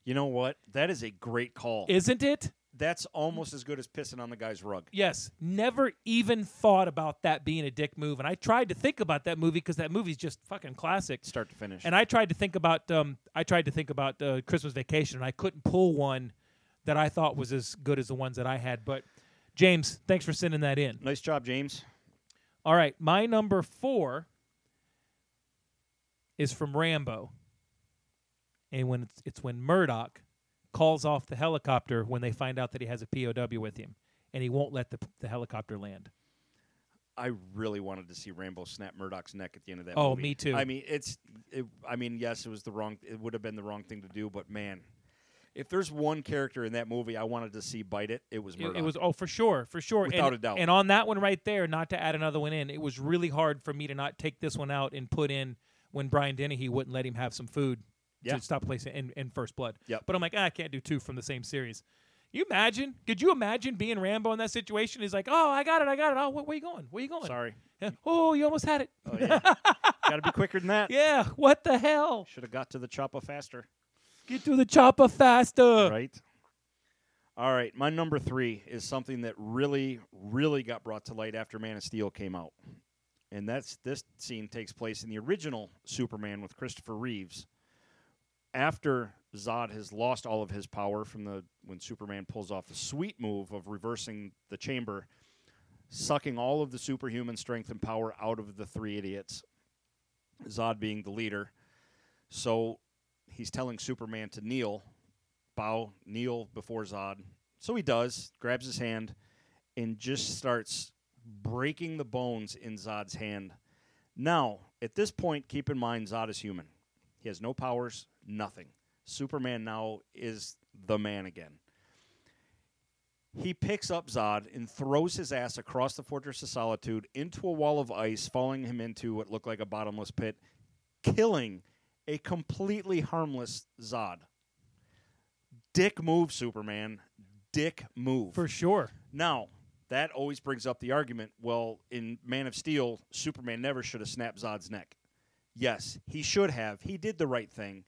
S1: You know what? That is a great call.
S2: Isn't it?
S1: That's almost as good as pissing on the guy's rug.
S2: Yes. Never even thought about that being a dick move. And I tried to think about that movie because that movie's just fucking classic.
S1: start to finish.
S2: And I tried to think about um, I tried to think about uh, Christmas Vacation, and I couldn't pull one that I thought was as good as the ones that I had. But James, thanks for sending that in.
S1: nice job, James.
S2: All right, my number four is from Rambo, and when it's, it's when Murdoch calls off the helicopter when they find out that he has a POW with him, and he won't let the, the helicopter land.
S1: I really wanted to see Rambo snap Murdoch's neck at the end of that.
S2: Oh,
S1: movie.
S2: me too.
S1: I mean, it's. It, I mean, yes, it was the wrong. It would have been the wrong thing to do, but man, If there's one character in that movie I wanted to see bite it, it was
S2: It,
S1: Murdoch.
S2: it was oh for sure, for sure, And-
S1: Without a doubt.
S2: And on that one right there, not to add another one in, it was really hard for me to not take this one out and put in when Brian Dennehy wouldn't let him have some food
S1: Yeah.
S2: to stop placing in, in First Blood.
S1: Yep.
S2: But I'm like, ah, I can't do two from the same series. You imagine? Could you imagine being Rambo in that situation? He's like, oh, I got it, I got it. Oh, where, where you going? Where you going?
S1: Sorry.
S2: Yeah. Oh, you almost had it.
S1: Oh yeah. Got to be quicker than that.
S2: Yeah. What the hell?
S1: Should have got to the chopper faster.
S2: Get to the chopper faster.
S1: right? All right, my number three is something that really, really got brought to light after Man of Steel came out, and that's this scene takes place in the original Superman with Christopher Reeves. After Zod has lost all of his power from the when Superman pulls off the sweet move of reversing the chamber, sucking all of the superhuman strength and power out of the three idiots, Zod being the leader. So he's telling Superman to kneel bow, kneel before Zod. So he does, grabs his hand, and just starts breaking the bones in Zod's hand. Now, at this point, keep in mind Zod is human. He has no powers, nothing. Superman now is the man again. He picks up Zod and throws his ass across the Fortress of Solitude into a wall of ice, falling him into what looked like a bottomless pit, killing a completely harmless Zod dick move, Superman. Dick move.
S2: For sure.
S1: now, that always brings up the argument well, in Man of Steel, Superman never should have snapped Zod's neck. Yes, he should have. He did the right thing.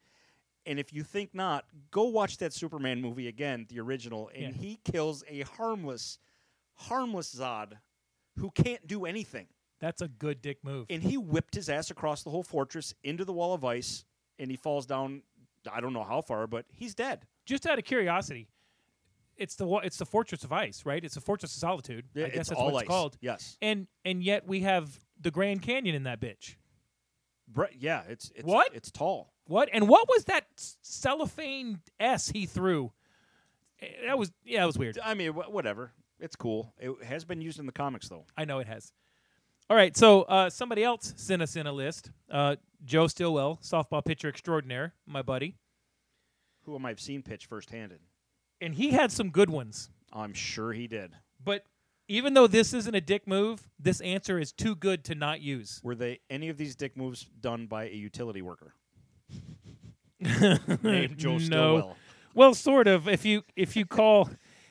S1: And if you think not, go watch that Superman movie again, the original, and
S2: Yeah.
S1: he kills a harmless, harmless Zod who can't do anything.
S2: That's a good dick move.
S1: And he whipped his ass across the whole fortress into the wall of ice, and he falls down, I don't know how far, but he's dead.
S2: Just out of curiosity, it's the wa- it's the Fortress of Ice, right? It's the Fortress of Solitude. I guess
S1: it's
S2: that's
S1: all
S2: what
S1: ice.
S2: it's called.
S1: Yes.
S2: And and yet we have the Grand Canyon in that bitch.
S1: Bre- yeah, it's, it's
S2: What?
S1: It's tall.
S2: What and what was that s- cellophane s he threw? Eh, That was yeah, that was weird.
S1: I mean, wh- whatever. It's cool. It has been used in the comics though.
S2: I know it has. All right, so uh, somebody else sent us in a list. Uh, Joe Stillwell, softball pitcher extraordinaire, my buddy,
S1: Who am I've seen pitch first handed?
S2: and he had some good ones.
S1: I'm sure he did.
S2: But even though this isn't a dick move, this answer is too good to not use.
S1: Were they any of these dick moves done by a utility worker named Joe
S2: Hmm, No.
S1: Stillwell?
S2: Well, sort of. If you if you call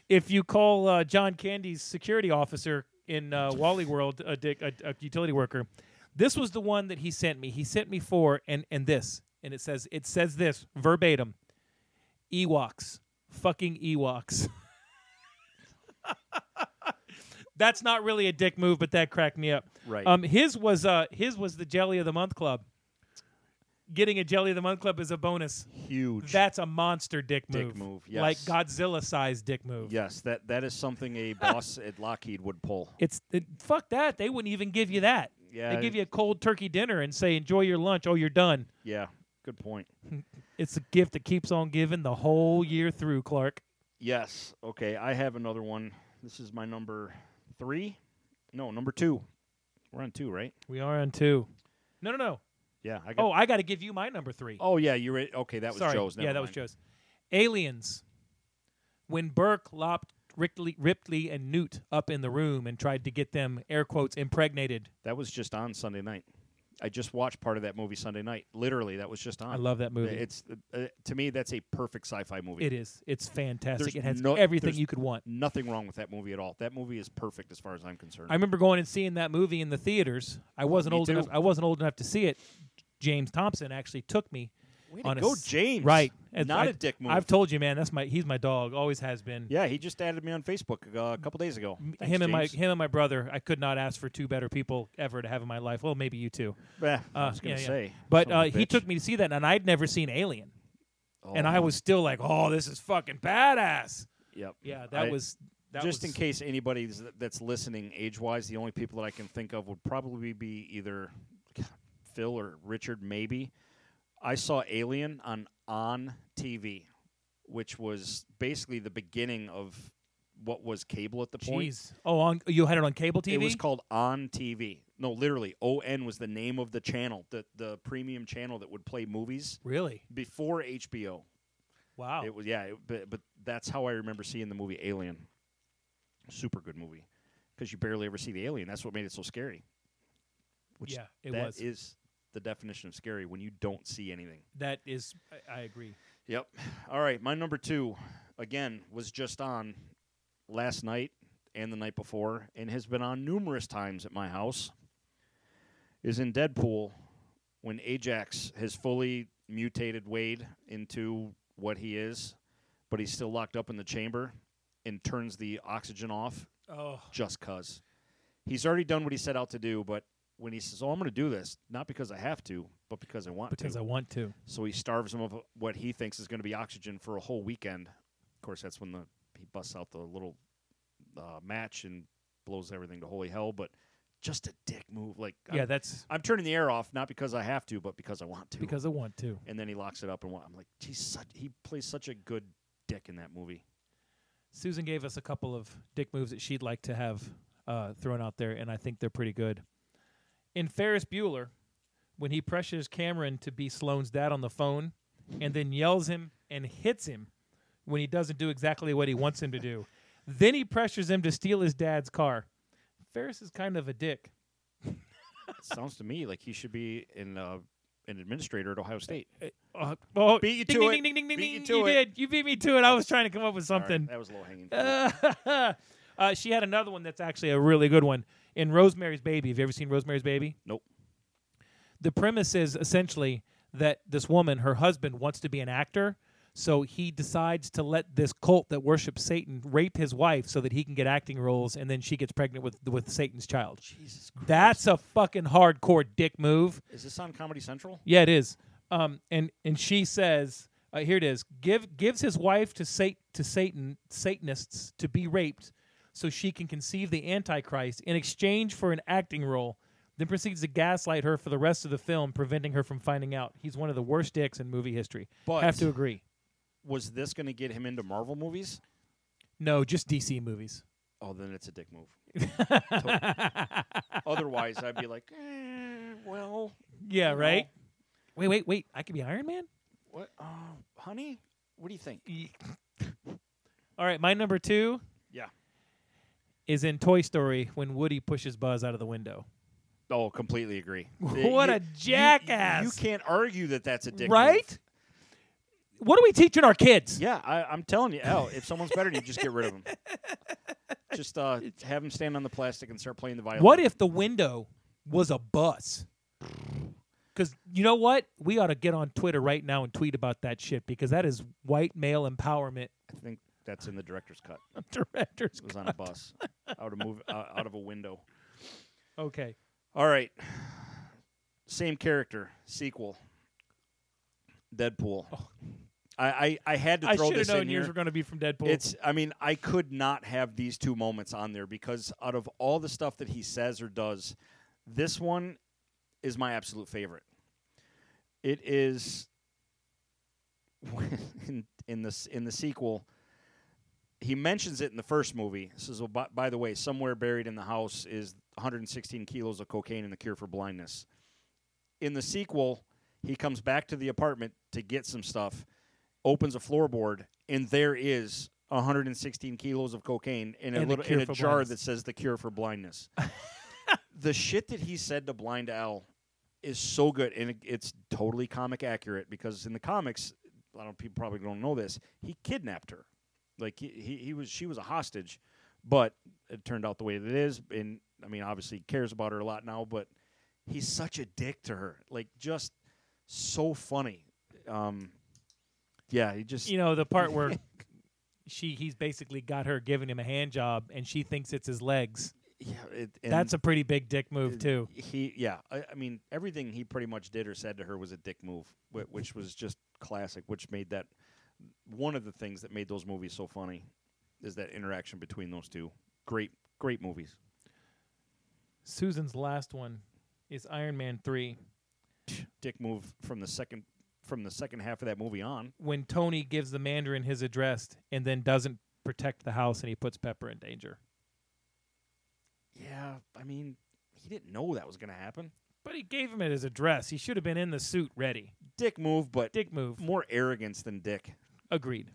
S2: if you call uh, John Candy's security officer in uh, Wally World a dick a, a utility worker, this was the one that he sent me. He sent me four and and this and it says it says this verbatim. Ewoks, fucking Ewoks. That's not really a dick move, but that cracked me up.
S1: Right.
S2: Um, his was uh his was the Jelly of the Month Club. Getting a Jelly of the Month Club is a bonus.
S1: Huge.
S2: That's a monster dick move.
S1: Dick move,
S2: Like
S1: yes.
S2: Godzilla sized dick move.
S1: yes, that that is something a boss at Lockheed would pull.
S2: It's it, fuck that. They wouldn't even give you that.
S1: Yeah.
S2: They give you a cold turkey dinner and say enjoy your lunch. Oh, you're done.
S1: Yeah. Good point.
S2: It's a gift that keeps on giving the whole year through, Clark.
S1: Yes. Okay. I have another one. This is my number three. No, number two. We're on two, right?
S2: We are on two. No, no, no.
S1: Yeah. I got.
S2: Oh, I got to give you my number three.
S1: Oh, yeah. You're right. okay. That was
S2: Sorry.
S1: Joe's.
S2: yeah,
S1: never
S2: that was
S1: mind.
S2: Joe's. Aliens. When Burke lopped Ripley, Ripley and Newt up in the room and tried to get them air quotes impregnated.
S1: That was just on Sunday night. I just watched part of that movie Sunday night. Literally, that was just on.
S2: I love that movie.
S1: It's uh, uh, to me that's a perfect sci-fi movie.
S2: It is. It's fantastic.
S1: There's
S2: it has
S1: no-
S2: everything
S1: there's-
S2: you could want.
S1: Nothing wrong with that movie at all. That movie is perfect as far as I'm concerned.
S2: I remember going and seeing that movie in the theaters. I wasn't
S1: Oh, me
S2: old
S1: too.
S2: enough. I wasn't old enough to see it. James Thompson actually took me.
S1: Way to
S2: on a
S1: go,
S2: s-
S1: James.
S2: Right,
S1: Not
S2: a
S1: a dick move.
S2: I've told you, man. That's my. He's my dog. Always has been.
S1: yeah, he just added me on Facebook uh, a couple days ago.
S2: M-
S1: Thanks,
S2: him and my
S1: James.
S2: him and my brother. I could not ask for two better people ever to have in my life. Well, maybe you two.
S1: Eh, I
S2: Uh,
S1: was gonna
S2: yeah, yeah.
S1: say,
S2: But
S1: son of
S2: uh,
S1: a
S2: he
S1: bitch.
S2: took me to see that, and I'd never seen Alien, and
S1: Oh,
S2: I was still like, "Oh, this is fucking badass."
S1: Yep.
S2: Yeah, that
S1: I-
S2: was. That
S1: just
S2: was,
S1: in case anybody that's- that's listening age-wise, the only people that I can think of would probably be either Phil or Richard, maybe. I saw Alien on on TV, which was basically the beginning of what was cable at the point.
S2: Jeez. Oh, on you had it on cable TV.
S1: It was called On TV. No, literally, ON was the name of the channel, the the premium channel that would play movies
S2: really.
S1: before HBO.
S2: Wow.
S1: It was yeah, it, but but that's how I remember seeing the movie Alien. Super good movie, because you barely ever see the alien. That's what made it so scary. Which
S2: yeah, it
S1: that
S2: was.
S1: is the definition of scary when you don't see anything.
S2: that is, I, I agree.
S1: Yep. All right. My number two, again, was just on last night and the night before, and has been on numerous times at my house. Is in Deadpool when Ajax has fully mutated Wade into what he is, but he's still locked up in the chamber and turns the oxygen off
S2: Oh,
S1: just cuz. He's already done what he set out to do, but when he says, Oh, I'm going to do this, not because I have to, but because I want to.
S2: because I want to.
S1: So he starves him of what he thinks is going to be oxygen for a whole weekend. Of course, that's when the he busts out the little uh, match and blows everything to holy hell. But just a dick move. Like
S2: yeah,
S1: I'm,
S2: that's
S1: I'm turning the air off not because I have to, but because I want to.
S2: because I want to.
S1: and then he locks it up and wa- I'm like, geez, such, he plays such a good dick in that movie.
S2: Susan gave us a couple of dick moves that she'd like to have uh, thrown out there, and I think they're pretty good. In Ferris Bueller, when he pressures Cameron to be Sloane's dad on the phone and then yells him and hits him when he doesn't do exactly what he wants him to do, then he pressures him to steal his dad's car. Ferris is kind of a dick.
S1: It sounds to me like he should be in uh, an administrator at Ohio State.
S2: Uh, oh,
S1: Beat you
S2: ding,
S1: to
S2: ding,
S1: it.
S2: Ding, ding, ding, ding,
S1: Beat you
S2: ding.
S1: to
S2: you
S1: it.
S2: did. You beat me to it. I was trying to come up with
S1: All right,
S2: something.
S1: that was low hanging.
S2: uh, she had another one that's actually a really good one in Rosemary's Baby. Have you ever seen Rosemary's Baby?
S1: Nope.
S2: The premise is essentially that this woman, her husband, wants to be an actor, so he decides to let this cult that worships Satan rape his wife so that he can get acting roles, and then she gets pregnant with with Satan's child.
S1: Jesus Christ.
S2: That's a fucking hardcore dick move.
S1: Is this on Comedy Central?
S2: Yeah, it is. Um, and and she says, uh, here it is. Give gives his wife to sat to Satan Satanists to be raped, so she can conceive the Antichrist in exchange for an acting role. Then proceeds to gaslight her for the rest of the film, preventing her from finding out. He's one of the worst dicks in movie history.
S1: But-
S2: have to agree.
S1: Was this going to get him into Marvel movies?
S2: No, just DC movies.
S1: Oh, then it's a dick move. Otherwise, I'd be like, eh, well,
S2: Yeah,
S1: No.
S2: right. Wait, wait, wait! I could be Iron Man.
S1: what, uh, honey? What do you think?
S2: All right, my number two
S1: Yeah.
S2: is in Toy Story when Woody pushes Buzz out of the window.
S1: Oh, completely agree.
S2: What a jackass.
S1: You, can't argue that that's a dick, move.
S2: right? What are we teaching our kids?
S1: Yeah, I, I'm telling you, Al. If someone's better than you, just get rid of him. Just uh, have him stand on the plastic and start playing the violin.
S2: What if the window was a bus? Because you know what? We ought to get on Twitter right now and tweet about that shit because that is white male empowerment.
S1: I think that's in the director's cut.
S2: Directors.
S1: It was on a bus, out of move, uh, out of a window.
S2: Okay.
S1: All right. Same character, sequel. Deadpool. I, I, Oh. I had to
S2: I
S1: throw
S2: should have
S1: this in
S2: known yours
S1: here.
S2: were going to be from Deadpool.
S1: It's I mean, I could not have these two moments on there because out of all the stuff that he says or does, this one is my absolute favorite. It is in, in this in the sequel he mentions it in the first movie. This is, by, by the way, somewhere buried in the house is 116 kilos of cocaine and the cure for blindness. In the sequel, he comes back to the apartment to get some stuff, opens a floorboard, and there is 116 kilos of cocaine in a
S2: And the
S1: little
S2: cure
S1: in a
S2: for
S1: jar
S2: blindness.
S1: that says the cure for blindness. the shit that he said to Blind Al is so good, and it, it's totally comic accurate because in the comics, a lot of people probably don't know this. He kidnapped her, like he, he, he was she was a hostage, but it turned out the way that it is. And I mean, obviously, he cares about her a lot now, but he's such a dick to her, like just so funny. Um, yeah, he just
S2: you know the part where she he's basically got her giving him a hand job and she thinks it's his legs.
S1: yeah. It,
S2: That's a pretty big dick move too.
S1: uh, He yeah, I, I mean everything he pretty much did or said to her was a dick move, whi- which was just classic. Which made that one of the things that made those movies so funny is that interaction between those two. Great, great movies.
S2: Susan's last one is Iron Man 3
S1: Dick move from the second from the second half of that movie on.
S2: when Tony gives the Mandarin his address and then doesn't protect the house and he puts Pepper in danger.
S1: Yeah, I mean he didn't know that was going to happen.
S2: But he gave him his address. He should have been in the suit ready.
S1: Dick move, but
S2: Dick move.
S1: more arrogance than dick.
S2: Agreed.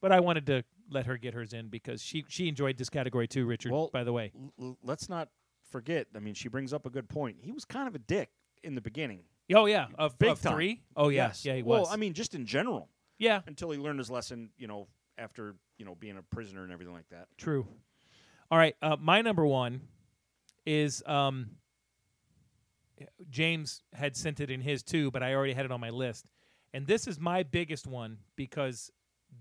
S2: But I wanted to let her get hers in because she she enjoyed this category too, Richard.
S1: Well,
S2: by the way,
S1: L- l- let's not forget. I mean, she brings up a good point. He was kind of a dick in the beginning.
S2: oh yeah, of,
S1: Big
S2: of
S1: time.
S2: three. Oh yeah, yeah, he was.
S1: Well, I mean, just in general,
S2: yeah,
S1: until he learned his lesson. You know, after you know being a prisoner and everything like that.
S2: True. All right, uh, my number one is um, James had sent it in his too, but I already had it on my list, and this is my biggest one because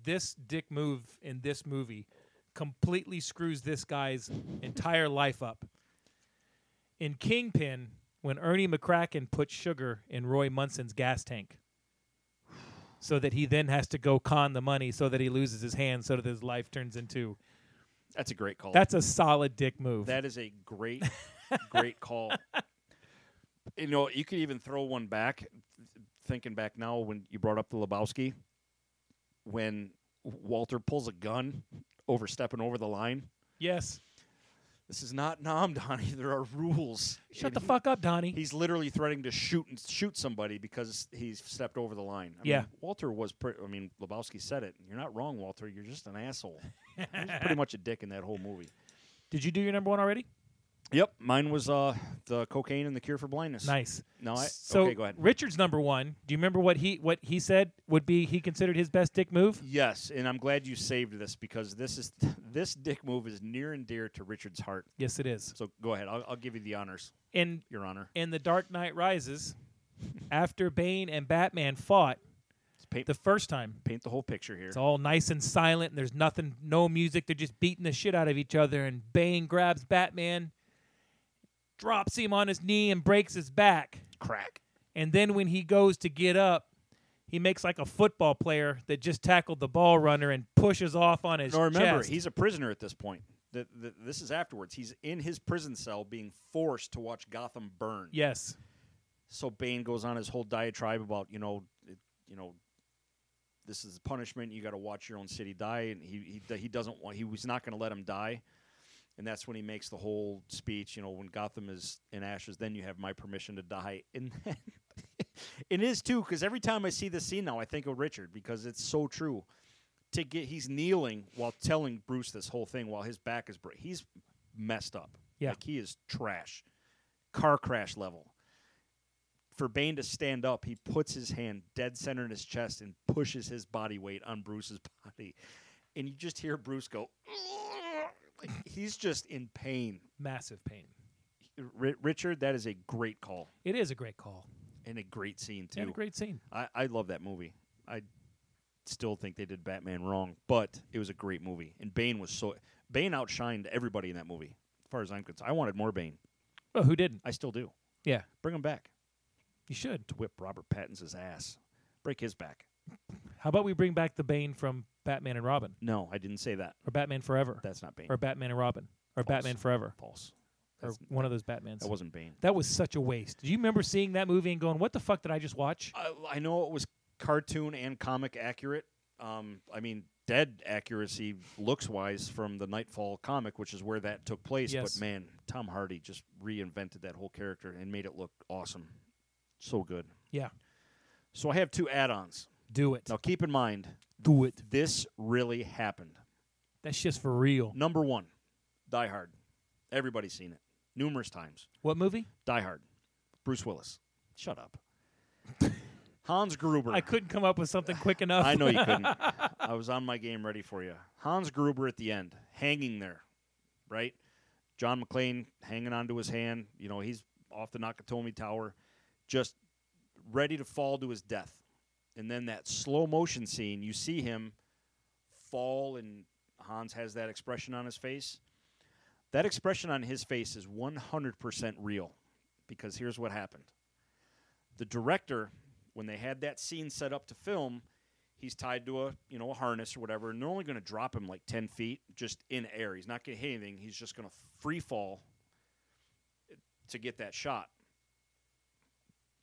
S2: this dick move in this movie completely screws this guy's entire life up. In Kingpin, when Ernie McCracken puts sugar in Roy Munson's gas tank. So that he then has to go con the money, so that he loses his hand, so that his life turns into
S1: That's a great call.
S2: that's a solid dick move.
S1: That is a great, great call. You know, you could even throw one back. th- Thinking back now, when you brought up the Lebowski, when Walter pulls a gun, overstepping over the line.
S2: yes.
S1: This is not Nom Donnie. There are rules.
S2: Shut
S1: And
S2: the
S1: he-
S2: fuck up, Donnie.
S1: He's literally threatening to shoot and shoot somebody because he's stepped over the line. I
S2: Yeah.
S1: mean, Walter was. Pre- I mean, Lebowski said it. You're not wrong, Walter. You're just an asshole. He was pretty much a dick in that whole movie.
S2: Did you do your number one already?
S1: Yep, mine was uh, the cocaine and the cure for blindness.
S2: Nice.
S1: No, I,
S2: so
S1: okay, go ahead.
S2: Richard's number one. Do you remember what he what he said would be he considered his best dick move?
S1: Yes, and I'm glad you saved this because this is this dick move is near and dear to Richard's heart.
S2: Yes, it is.
S1: So go ahead. I'll, I'll give you the honors,
S2: In
S1: Your Honor.
S2: in The Dark Knight Rises, after Bane and Batman fought
S1: Let's paint
S2: the first time,
S1: paint the whole picture here.
S2: It's all nice and silent, and there's nothing, no music. They're just beating the shit out of each other, and Bane grabs Batman, drops him on his knee, and breaks his back.
S1: Crack.
S2: And then when he goes to get up, he makes like a football player that just tackled the ball runner and pushes off on his
S1: No, remember,
S2: chest.
S1: he's a prisoner at this point. The, the, this is afterwards. He's in his prison cell being forced to watch Gotham burn.
S2: yes,
S1: So Bane goes on his whole diatribe about, you know, it, you know, this is punishment. You got to watch your own city die. And he, he, he doesn't want, he was not going to let him die. And that's when he makes the whole speech, you know, when Gotham is in ashes, then you have my permission to die. And then it is too, because every time I see this scene now, I think of Richard because it's so true. To get, he's kneeling while telling Bruce this whole thing while his back is, bra- he's messed up.
S2: Yeah.
S1: Like he is trash, car crash level. For Bane to stand up, he puts his hand dead center in his chest and pushes his body weight on Bruce's body. And you just hear Bruce go, like, he's just in pain.
S2: massive pain.
S1: Ri Richard, that is a great call
S2: It is a great call
S1: and a great scene too.
S2: and a great scene.
S1: I, I love that movie. I still think they did Batman wrong, but it was a great movie. And Bane was so Bane outshined everybody in that movie, as far as I'm concerned. I wanted more Bane.
S2: Oh, who didn't?
S1: I still do.
S2: Yeah,
S1: Bring him back
S2: you should.
S1: to whip Robert Pattinson's ass. Break his back.
S2: How about we bring back the Bane from Batman and Robin,
S1: No, I didn't say that.
S2: or Batman Forever,
S1: That's not Bane.
S2: or Batman and Robin, or
S1: False.
S2: Batman Forever,
S1: False.
S2: or
S1: That's-
S2: one of those Batmans?
S1: That wasn't Bane.
S2: That was such a waste. Do you remember seeing that movie and going, "What the fuck did I just watch?"
S1: I, I know it was cartoon and comic accurate. Um, I mean, dead accuracy looks wise from the Nightfall comic, which is where that took place.
S2: Yes.
S1: But man, Tom Hardy just reinvented that whole character and made it look awesome. So good.
S2: Yeah,
S1: So I have two add ons.
S2: do it.
S1: Now keep in mind,
S2: Do it.
S1: this really happened.
S2: That's just for real.
S1: Number one, Die Hard. Everybody's seen it numerous times.
S2: What movie?
S1: Die Hard. Bruce Willis. Shut up. Hans Gruber.
S2: I couldn't come up with something quick enough.
S1: I know you couldn't. I was on my game ready for you. Hans Gruber at the end, hanging there, right? John McClane hanging onto his hand. You know, he's off the Nakatomi Tower, just ready to fall to his death. And then that slow motion scene, you see him fall, and Hans has that expression on his face. That expression on his face is 100% real because here's what happened. The director, when they had that scene set up to film, he's tied to a you know a harness or whatever, and they're only going to drop him like ten feet just in air. He's not going to hit anything. He's just going to free fall to get that shot.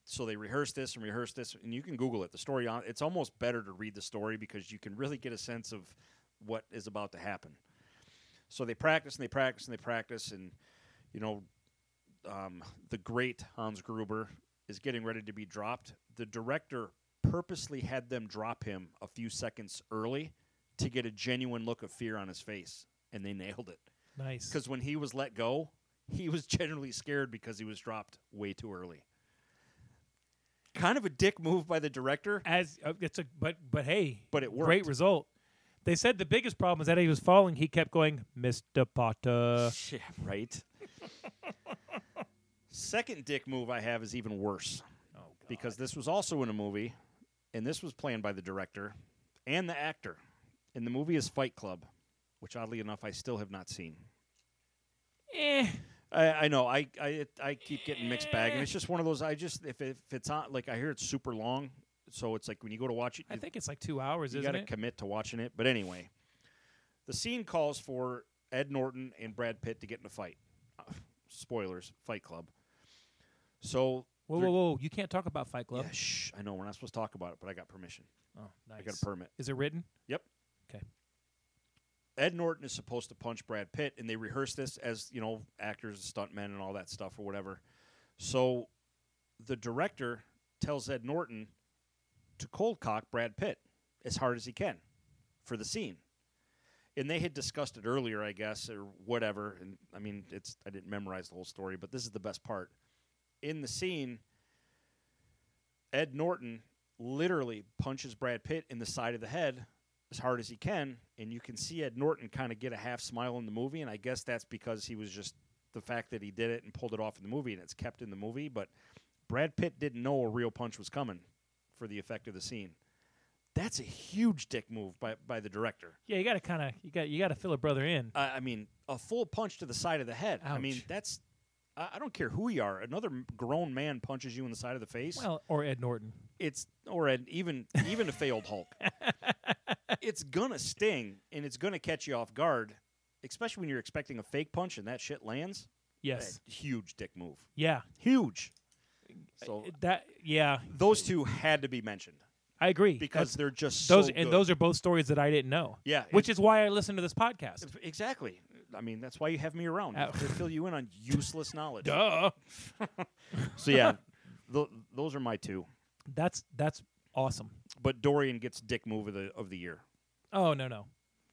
S1: So they rehearsed this and rehearsed this, and you can Google it. The story on it's almost better to read the story because you can really get a sense of what is about to happen. So they practice and they practice and they practice, and you know, um, the great Hans Gruber is getting ready to be dropped. The director purposely had them drop him a few seconds early to get a genuine look of fear on his face, and they nailed it.
S2: Nice.
S1: Because when he was let go, he was generally scared because he was dropped way too early. Kind of a dick move by the director.
S2: as uh, it's a but but hey,
S1: But it
S2: Great
S1: worked.
S2: result. They said the biggest problem is that he was falling. He kept going, Mister Potter.
S1: Yeah, right. Second dick move I have is even worse
S2: Oh,
S1: because this was also in a movie, and this was planned by the director and the actor. And the movie is Fight Club, which oddly enough I still have not seen.
S2: eh.
S1: I, I know I, I I keep getting mixed bag, and it's just one of those. I just if, if it's on like I hear it's super long, so it's like when you go to watch it,
S2: I
S1: you-
S2: think it's like two hours,
S1: you
S2: isn't
S1: gotta
S2: it?
S1: commit to watching it. But anyway, the scene calls for Ed Norton and Brad Pitt to get in a fight. Uh, Spoilers, Fight Club. So
S2: whoa, whoa, whoa! You can't talk about Fight Club.
S1: yeah, shh, I know we're not supposed to talk about it, but I got permission.
S2: Oh, nice.
S1: I got a permit.
S2: is it written?
S1: Yep.
S2: Okay.
S1: Ed Norton is supposed to punch Brad Pitt, and they rehearse this as you know actors, stuntmen, and all that stuff or whatever. So the director tells Ed Norton to cold cock Brad Pitt as hard as he can for the scene. And they had discussed it earlier, I guess, or whatever. And I mean, it's I didn't memorize the whole story, but this is the best part. In the scene, Ed Norton literally punches Brad Pitt in the side of the head as hard as he can, and you can see Ed Norton kind of get a half smile in the movie, and I guess that's because he was just the fact that he did it and pulled it off in the movie, and it's kept in the movie. But Brad Pitt didn't know a real punch was coming for the effect of the scene. That's a huge dick move by by the director.
S2: Yeah, you got to kind of you got you got to fill a brother in.
S1: I I mean, a full punch to the side of the head. I mean,
S2: Ouch.
S1: that's. I I don't care who you are. Another m- grown man punches you in the side of the face.
S2: Well, or Ed Norton.
S1: it's or an even even a failed Hulk. it's gonna sting and it's gonna catch you off guard, especially when you're expecting a fake punch and that shit lands.
S2: Yes.
S1: A huge dick move.
S2: Yeah.
S1: Huge. So
S2: That. Yeah.
S1: those two had to be mentioned
S2: I agree.
S1: because
S2: That's-
S1: they're just
S2: those
S1: so
S2: and
S1: good.
S2: those are both stories that I didn't know.
S1: Yeah,
S2: Which is why I listen to this podcast.
S1: exactly. I mean, that's why you have me around
S2: Ow.
S1: to fill you in on useless knowledge.
S2: Duh.
S1: So yeah, th- those are my two.
S2: That's that's awesome.
S1: But Dorian gets dick move of the of the year.
S2: Oh no no.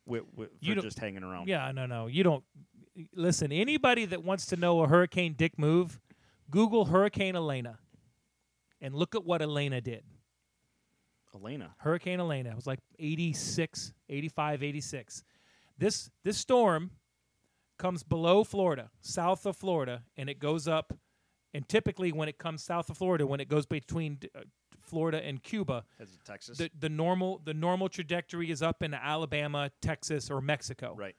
S1: With, with,
S2: You
S1: for
S2: don't-
S1: just hanging around.
S2: Yeah, no, no. You don't listen. Anybody that wants to know a hurricane dick move, Google Hurricane Elena, and look at what Elena did.
S1: Elena.
S2: Hurricane Elena was like 86, 85, 86. This this storm comes below Florida, south of Florida, and it goes up. And typically, when it comes south of Florida, when it goes between uh, Florida and Cuba,
S1: Heads to Texas.
S2: the, the normal the normal trajectory is up into Alabama, Texas, or Mexico.
S1: right.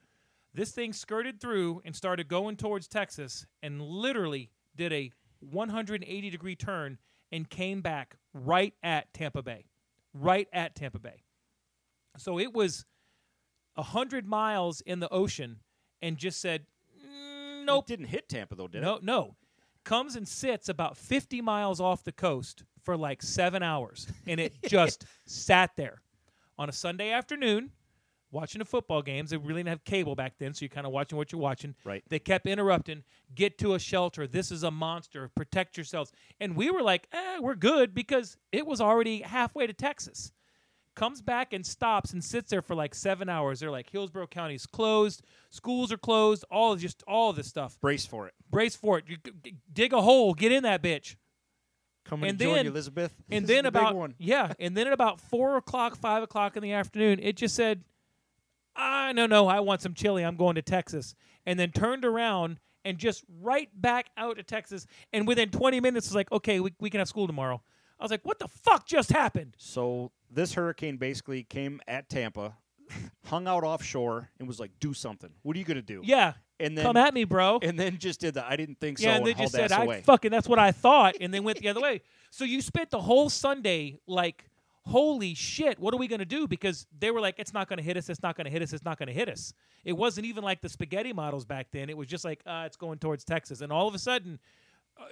S2: This thing skirted through and started going towards Texas and literally did a 180 degree turn and came back right at Tampa Bay. Right at Tampa Bay. So it was 100 miles in the ocean and just said, "Mm, nope,
S1: It didn't hit Tampa though, did
S2: no,
S1: it?
S2: no. Comes and sits about 50 miles off the coast for like seven hours. And it just sat there on a Sunday afternoon watching the football games. They really didn't have cable back then, so you're kind of watching what you're watching.
S1: Right.
S2: They kept interrupting get to a shelter. This is a monster. Protect yourselves. And we were like, eh, we're good because it was already halfway to Texas comes back and stops and sits there for like seven hours. They're like Hillsborough County's closed, schools are closed, all just all this stuff.
S1: Brace for it.
S2: Brace for it. You g- g- dig a hole, get in that bitch.
S1: Come
S2: and And join then-
S1: Elizabeth.
S2: And then about yeah, and then at about four o'clock, five o'clock in the afternoon, it just said, "I no no, I want some chili. I'm going to Texas." And then turned around and just right back out to Texas. And within 20 minutes, it's like, "Okay, we, we can have school tomorrow." I was like, "What the fuck just happened?"
S1: So this hurricane basically came at Tampa, hung out offshore, and was like, "Do something. What are you gonna do?"
S2: Yeah,
S1: And then
S2: come at me, bro.
S1: and then just did that. I didn't think so.
S2: Yeah, and they
S1: held
S2: just said,
S1: ass
S2: "I
S1: away.
S2: fucking that's what I thought," and then went the other way. So you spent the whole Sunday like, "Holy shit, what are we gonna do?" Because they were like, "It's not gonna hit us. It's not gonna hit us. It's not gonna hit us." It wasn't even like the spaghetti models back then. It was just like, uh, "It's going towards Texas," and all of a sudden, uh,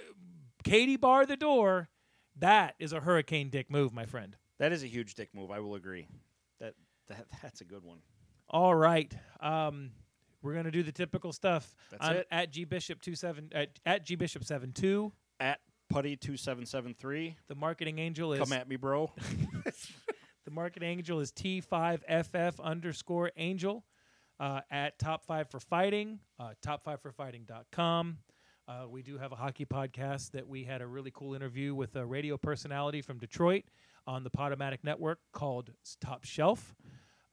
S2: Katie barred the door. That is a hurricane dick move, my friend.
S1: That is a huge dick move. I will agree. That that that's a good one.
S2: All right. Um, we're gonna do the typical stuff.
S1: That's
S2: I'm
S1: it.
S2: at G Bishop two seven at, at G Bishop seven two.
S1: At Putty two seven seven three.
S2: The marketing angel is
S1: Come at me, bro.
S2: the marketing angel is T5FF underscore angel uh, at Top Five for Fighting, uh, top5forfighting.com. Uh, we do have a hockey podcast that we had a really cool interview with a radio personality from Detroit on the Podomatic Network called Top Shelf.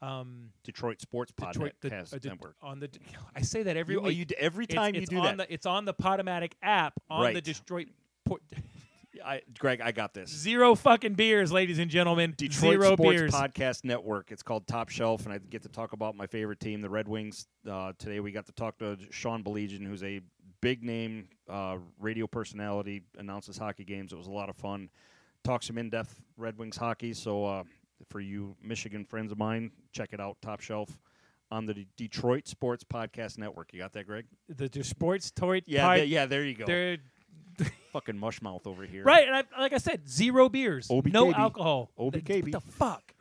S2: Um,
S1: Detroit Sports Podcast
S2: Detroit, the, uh, Det-
S1: Network.
S2: on the I say that every
S1: You, oh,
S2: week.
S1: you d- every
S2: It's-
S1: time
S2: it's,
S1: you do
S2: on
S1: that,
S2: the it's on the Podomatic app on the
S1: Right.
S2: Detroit port,
S1: I, Greg, I got this.
S2: zero fucking beers, ladies and gentlemen.
S1: Detroit
S2: zero
S1: Sports
S2: beers.
S1: Podcast Network. It's called Top Shelf, and I get to talk about my favorite team, the Red Wings. Uh, today we got to talk to Sean Belegian, who's a big name uh, radio personality, announces hockey games. It was a lot of fun. Talks some in depth Red Wings hockey. So uh, for you Michigan friends of mine, check it out, Top Shelf, on the D- Detroit Sports Podcast Network. You got that, Greg?
S2: the, the sports Detroit
S1: Yeah,
S2: pod-
S1: there- yeah. There you go.
S2: they're-
S1: Fucking mush mouth over here.
S2: right, and I, like I said, zero beers, no
S1: OBKB.
S2: alcohol. Th-
S1: OBKB.
S2: What the fuck?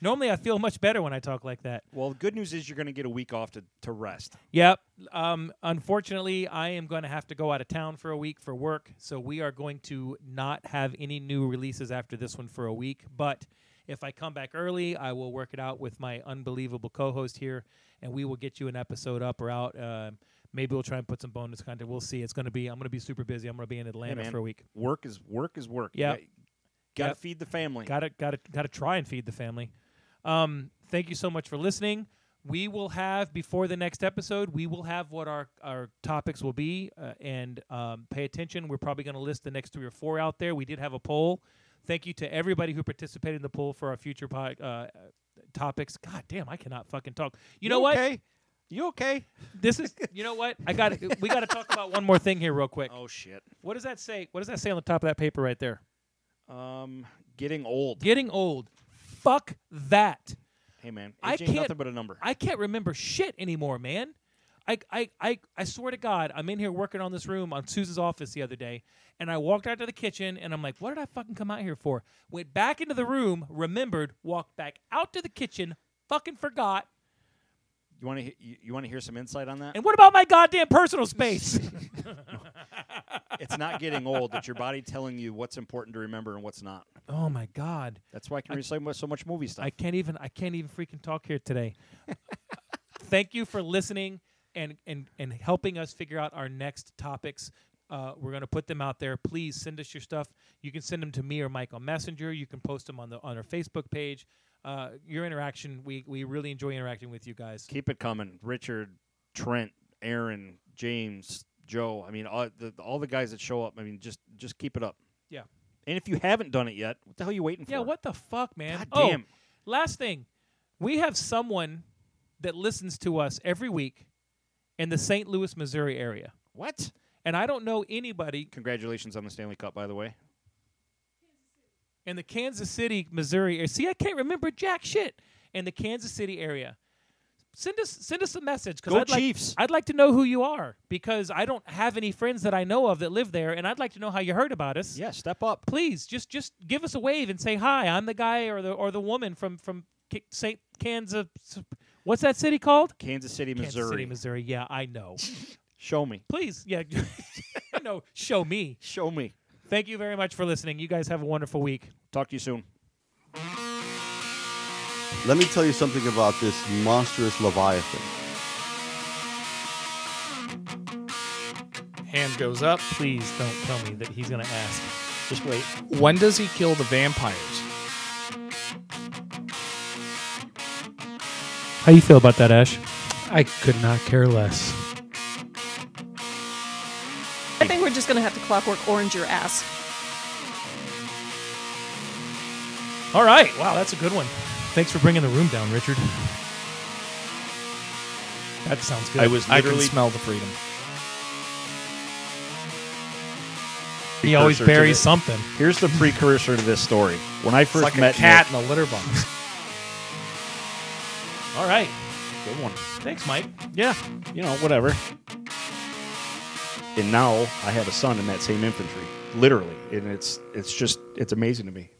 S2: Normally, I feel much better when I talk like that.
S1: Well, the good news is you're going to get a week off to, to rest.
S2: Yep. Um, unfortunately, I am going to have to go out of town for a week for work, so we are going to not have any new releases after this one for a week. But if I come back early, I will work it out with my unbelievable co-host here, and we will get you an episode up or out. Uh, maybe we'll try and put some bonus content. We'll see. It's going to be. I'm going to be super busy. I'm going to be in Atlanta
S1: man.
S2: for a week.
S1: work is work is work. You
S2: Yeah.
S1: got- Gotta
S2: Yep.
S1: feed the family.
S2: Gotta gotta gotta try and feed the family. Um, thank you so much for listening. We will have before the next episode. We will have what our our topics will be, uh, and um, pay attention. We're probably going to list the next three or four out there. We did have a poll. Thank you to everybody who participated in the poll for our future pod, uh, uh, topics. God damn, I cannot fucking talk. You know what?
S1: Okay? You okay?
S2: This is. You know what? I got. to We got to talk about one more thing here, real quick.
S1: Oh shit.
S2: What does that say? What does that say on the top of that paper right there?
S1: Um, getting old.
S2: Getting old. Fuck that.
S1: hey man, age
S2: I
S1: ain't
S2: can't-
S1: nothing but a number.
S2: I can't remember shit anymore, man. I, I, I, I swear to God, I'm in here working on this room on Susan's office the other day, and I walked out to the kitchen and I'm like, what did I fucking come out here for? Went back into the room, remembered, walked back out to the kitchen, fucking forgot.
S1: you want to you, you want to hear some insight on that?
S2: And what about my goddamn personal space?
S1: it's not getting old. It's your body telling you what's important to remember and what's not.
S2: oh my God.
S1: That's why I can recite mu- so much movie stuff.
S2: I can't even I can't even freaking talk here today. Thank you for listening and and and helping us figure out our next topics. Uh, we're gonna put them out there. Please send us your stuff. You can send them to me or Mike on Messenger. You can post them on the on our Facebook page. Uh, your interaction, we we really enjoy interacting with you guys.
S1: Keep it coming, Richard, Trent, Aaron, James, Joe. I mean, all the, all the guys that show up. I mean, just just keep it up.
S2: Yeah.
S1: And if you haven't done it yet, what the hell are you waiting for?
S2: Yeah, what the fuck, man?
S1: God
S2: oh,
S1: damn.
S2: last thing, we have someone that listens to us every week in the St. Louis, Missouri area,
S1: What?
S2: and I don't know anybody
S1: Congratulations on the Stanley Cup, by the way.
S2: in the Kansas City, Missouri area. See, I can't remember jack shit in the Kansas City area. Send us send us a message because
S1: Go
S2: I'd
S1: Chiefs.
S2: like I'd like to know who you are because I don't have any friends that I know of that live there, and I'd like to know how you heard about us.
S1: Yeah, step up.
S2: Please just just give us a wave and say hi. I'm the guy or the or the woman from from K- St. Kansas. What's that city called?
S1: Kansas City, Missouri.
S2: Kansas City, Missouri. Yeah, I know.
S1: Show me.
S2: Please, yeah, no, show me.
S1: Show me.
S2: Thank you very much for listening. You guys have a wonderful week.
S1: Talk to you soon.
S4: Let me tell you something about this monstrous Leviathan.
S5: Hand goes up.
S2: Please don't tell me that he's gonna ask.
S1: Just wait.
S5: When does he kill the vampires?
S2: How you feel about that, Ash?
S3: I could not care less.
S6: I think we're just gonna have to clockwork orange your ass.
S2: All right. Wow, that's a good one. Thanks for bringing the room down, Richard. That sounds good.
S1: I was
S5: I can
S1: literally.
S5: smell the freedom.
S2: he always
S1: precursor to
S2: buries
S1: this.
S2: something.
S1: Here's the precursor to this story. When I
S5: It's
S1: first
S5: like a
S1: met
S5: cat in a litter box.
S2: All right.
S1: Nick, good one.
S2: Thanks, Mike.
S1: Yeah, you know, whatever. And now I have a son in that same infantry, literally, and it's it's just it's amazing to me.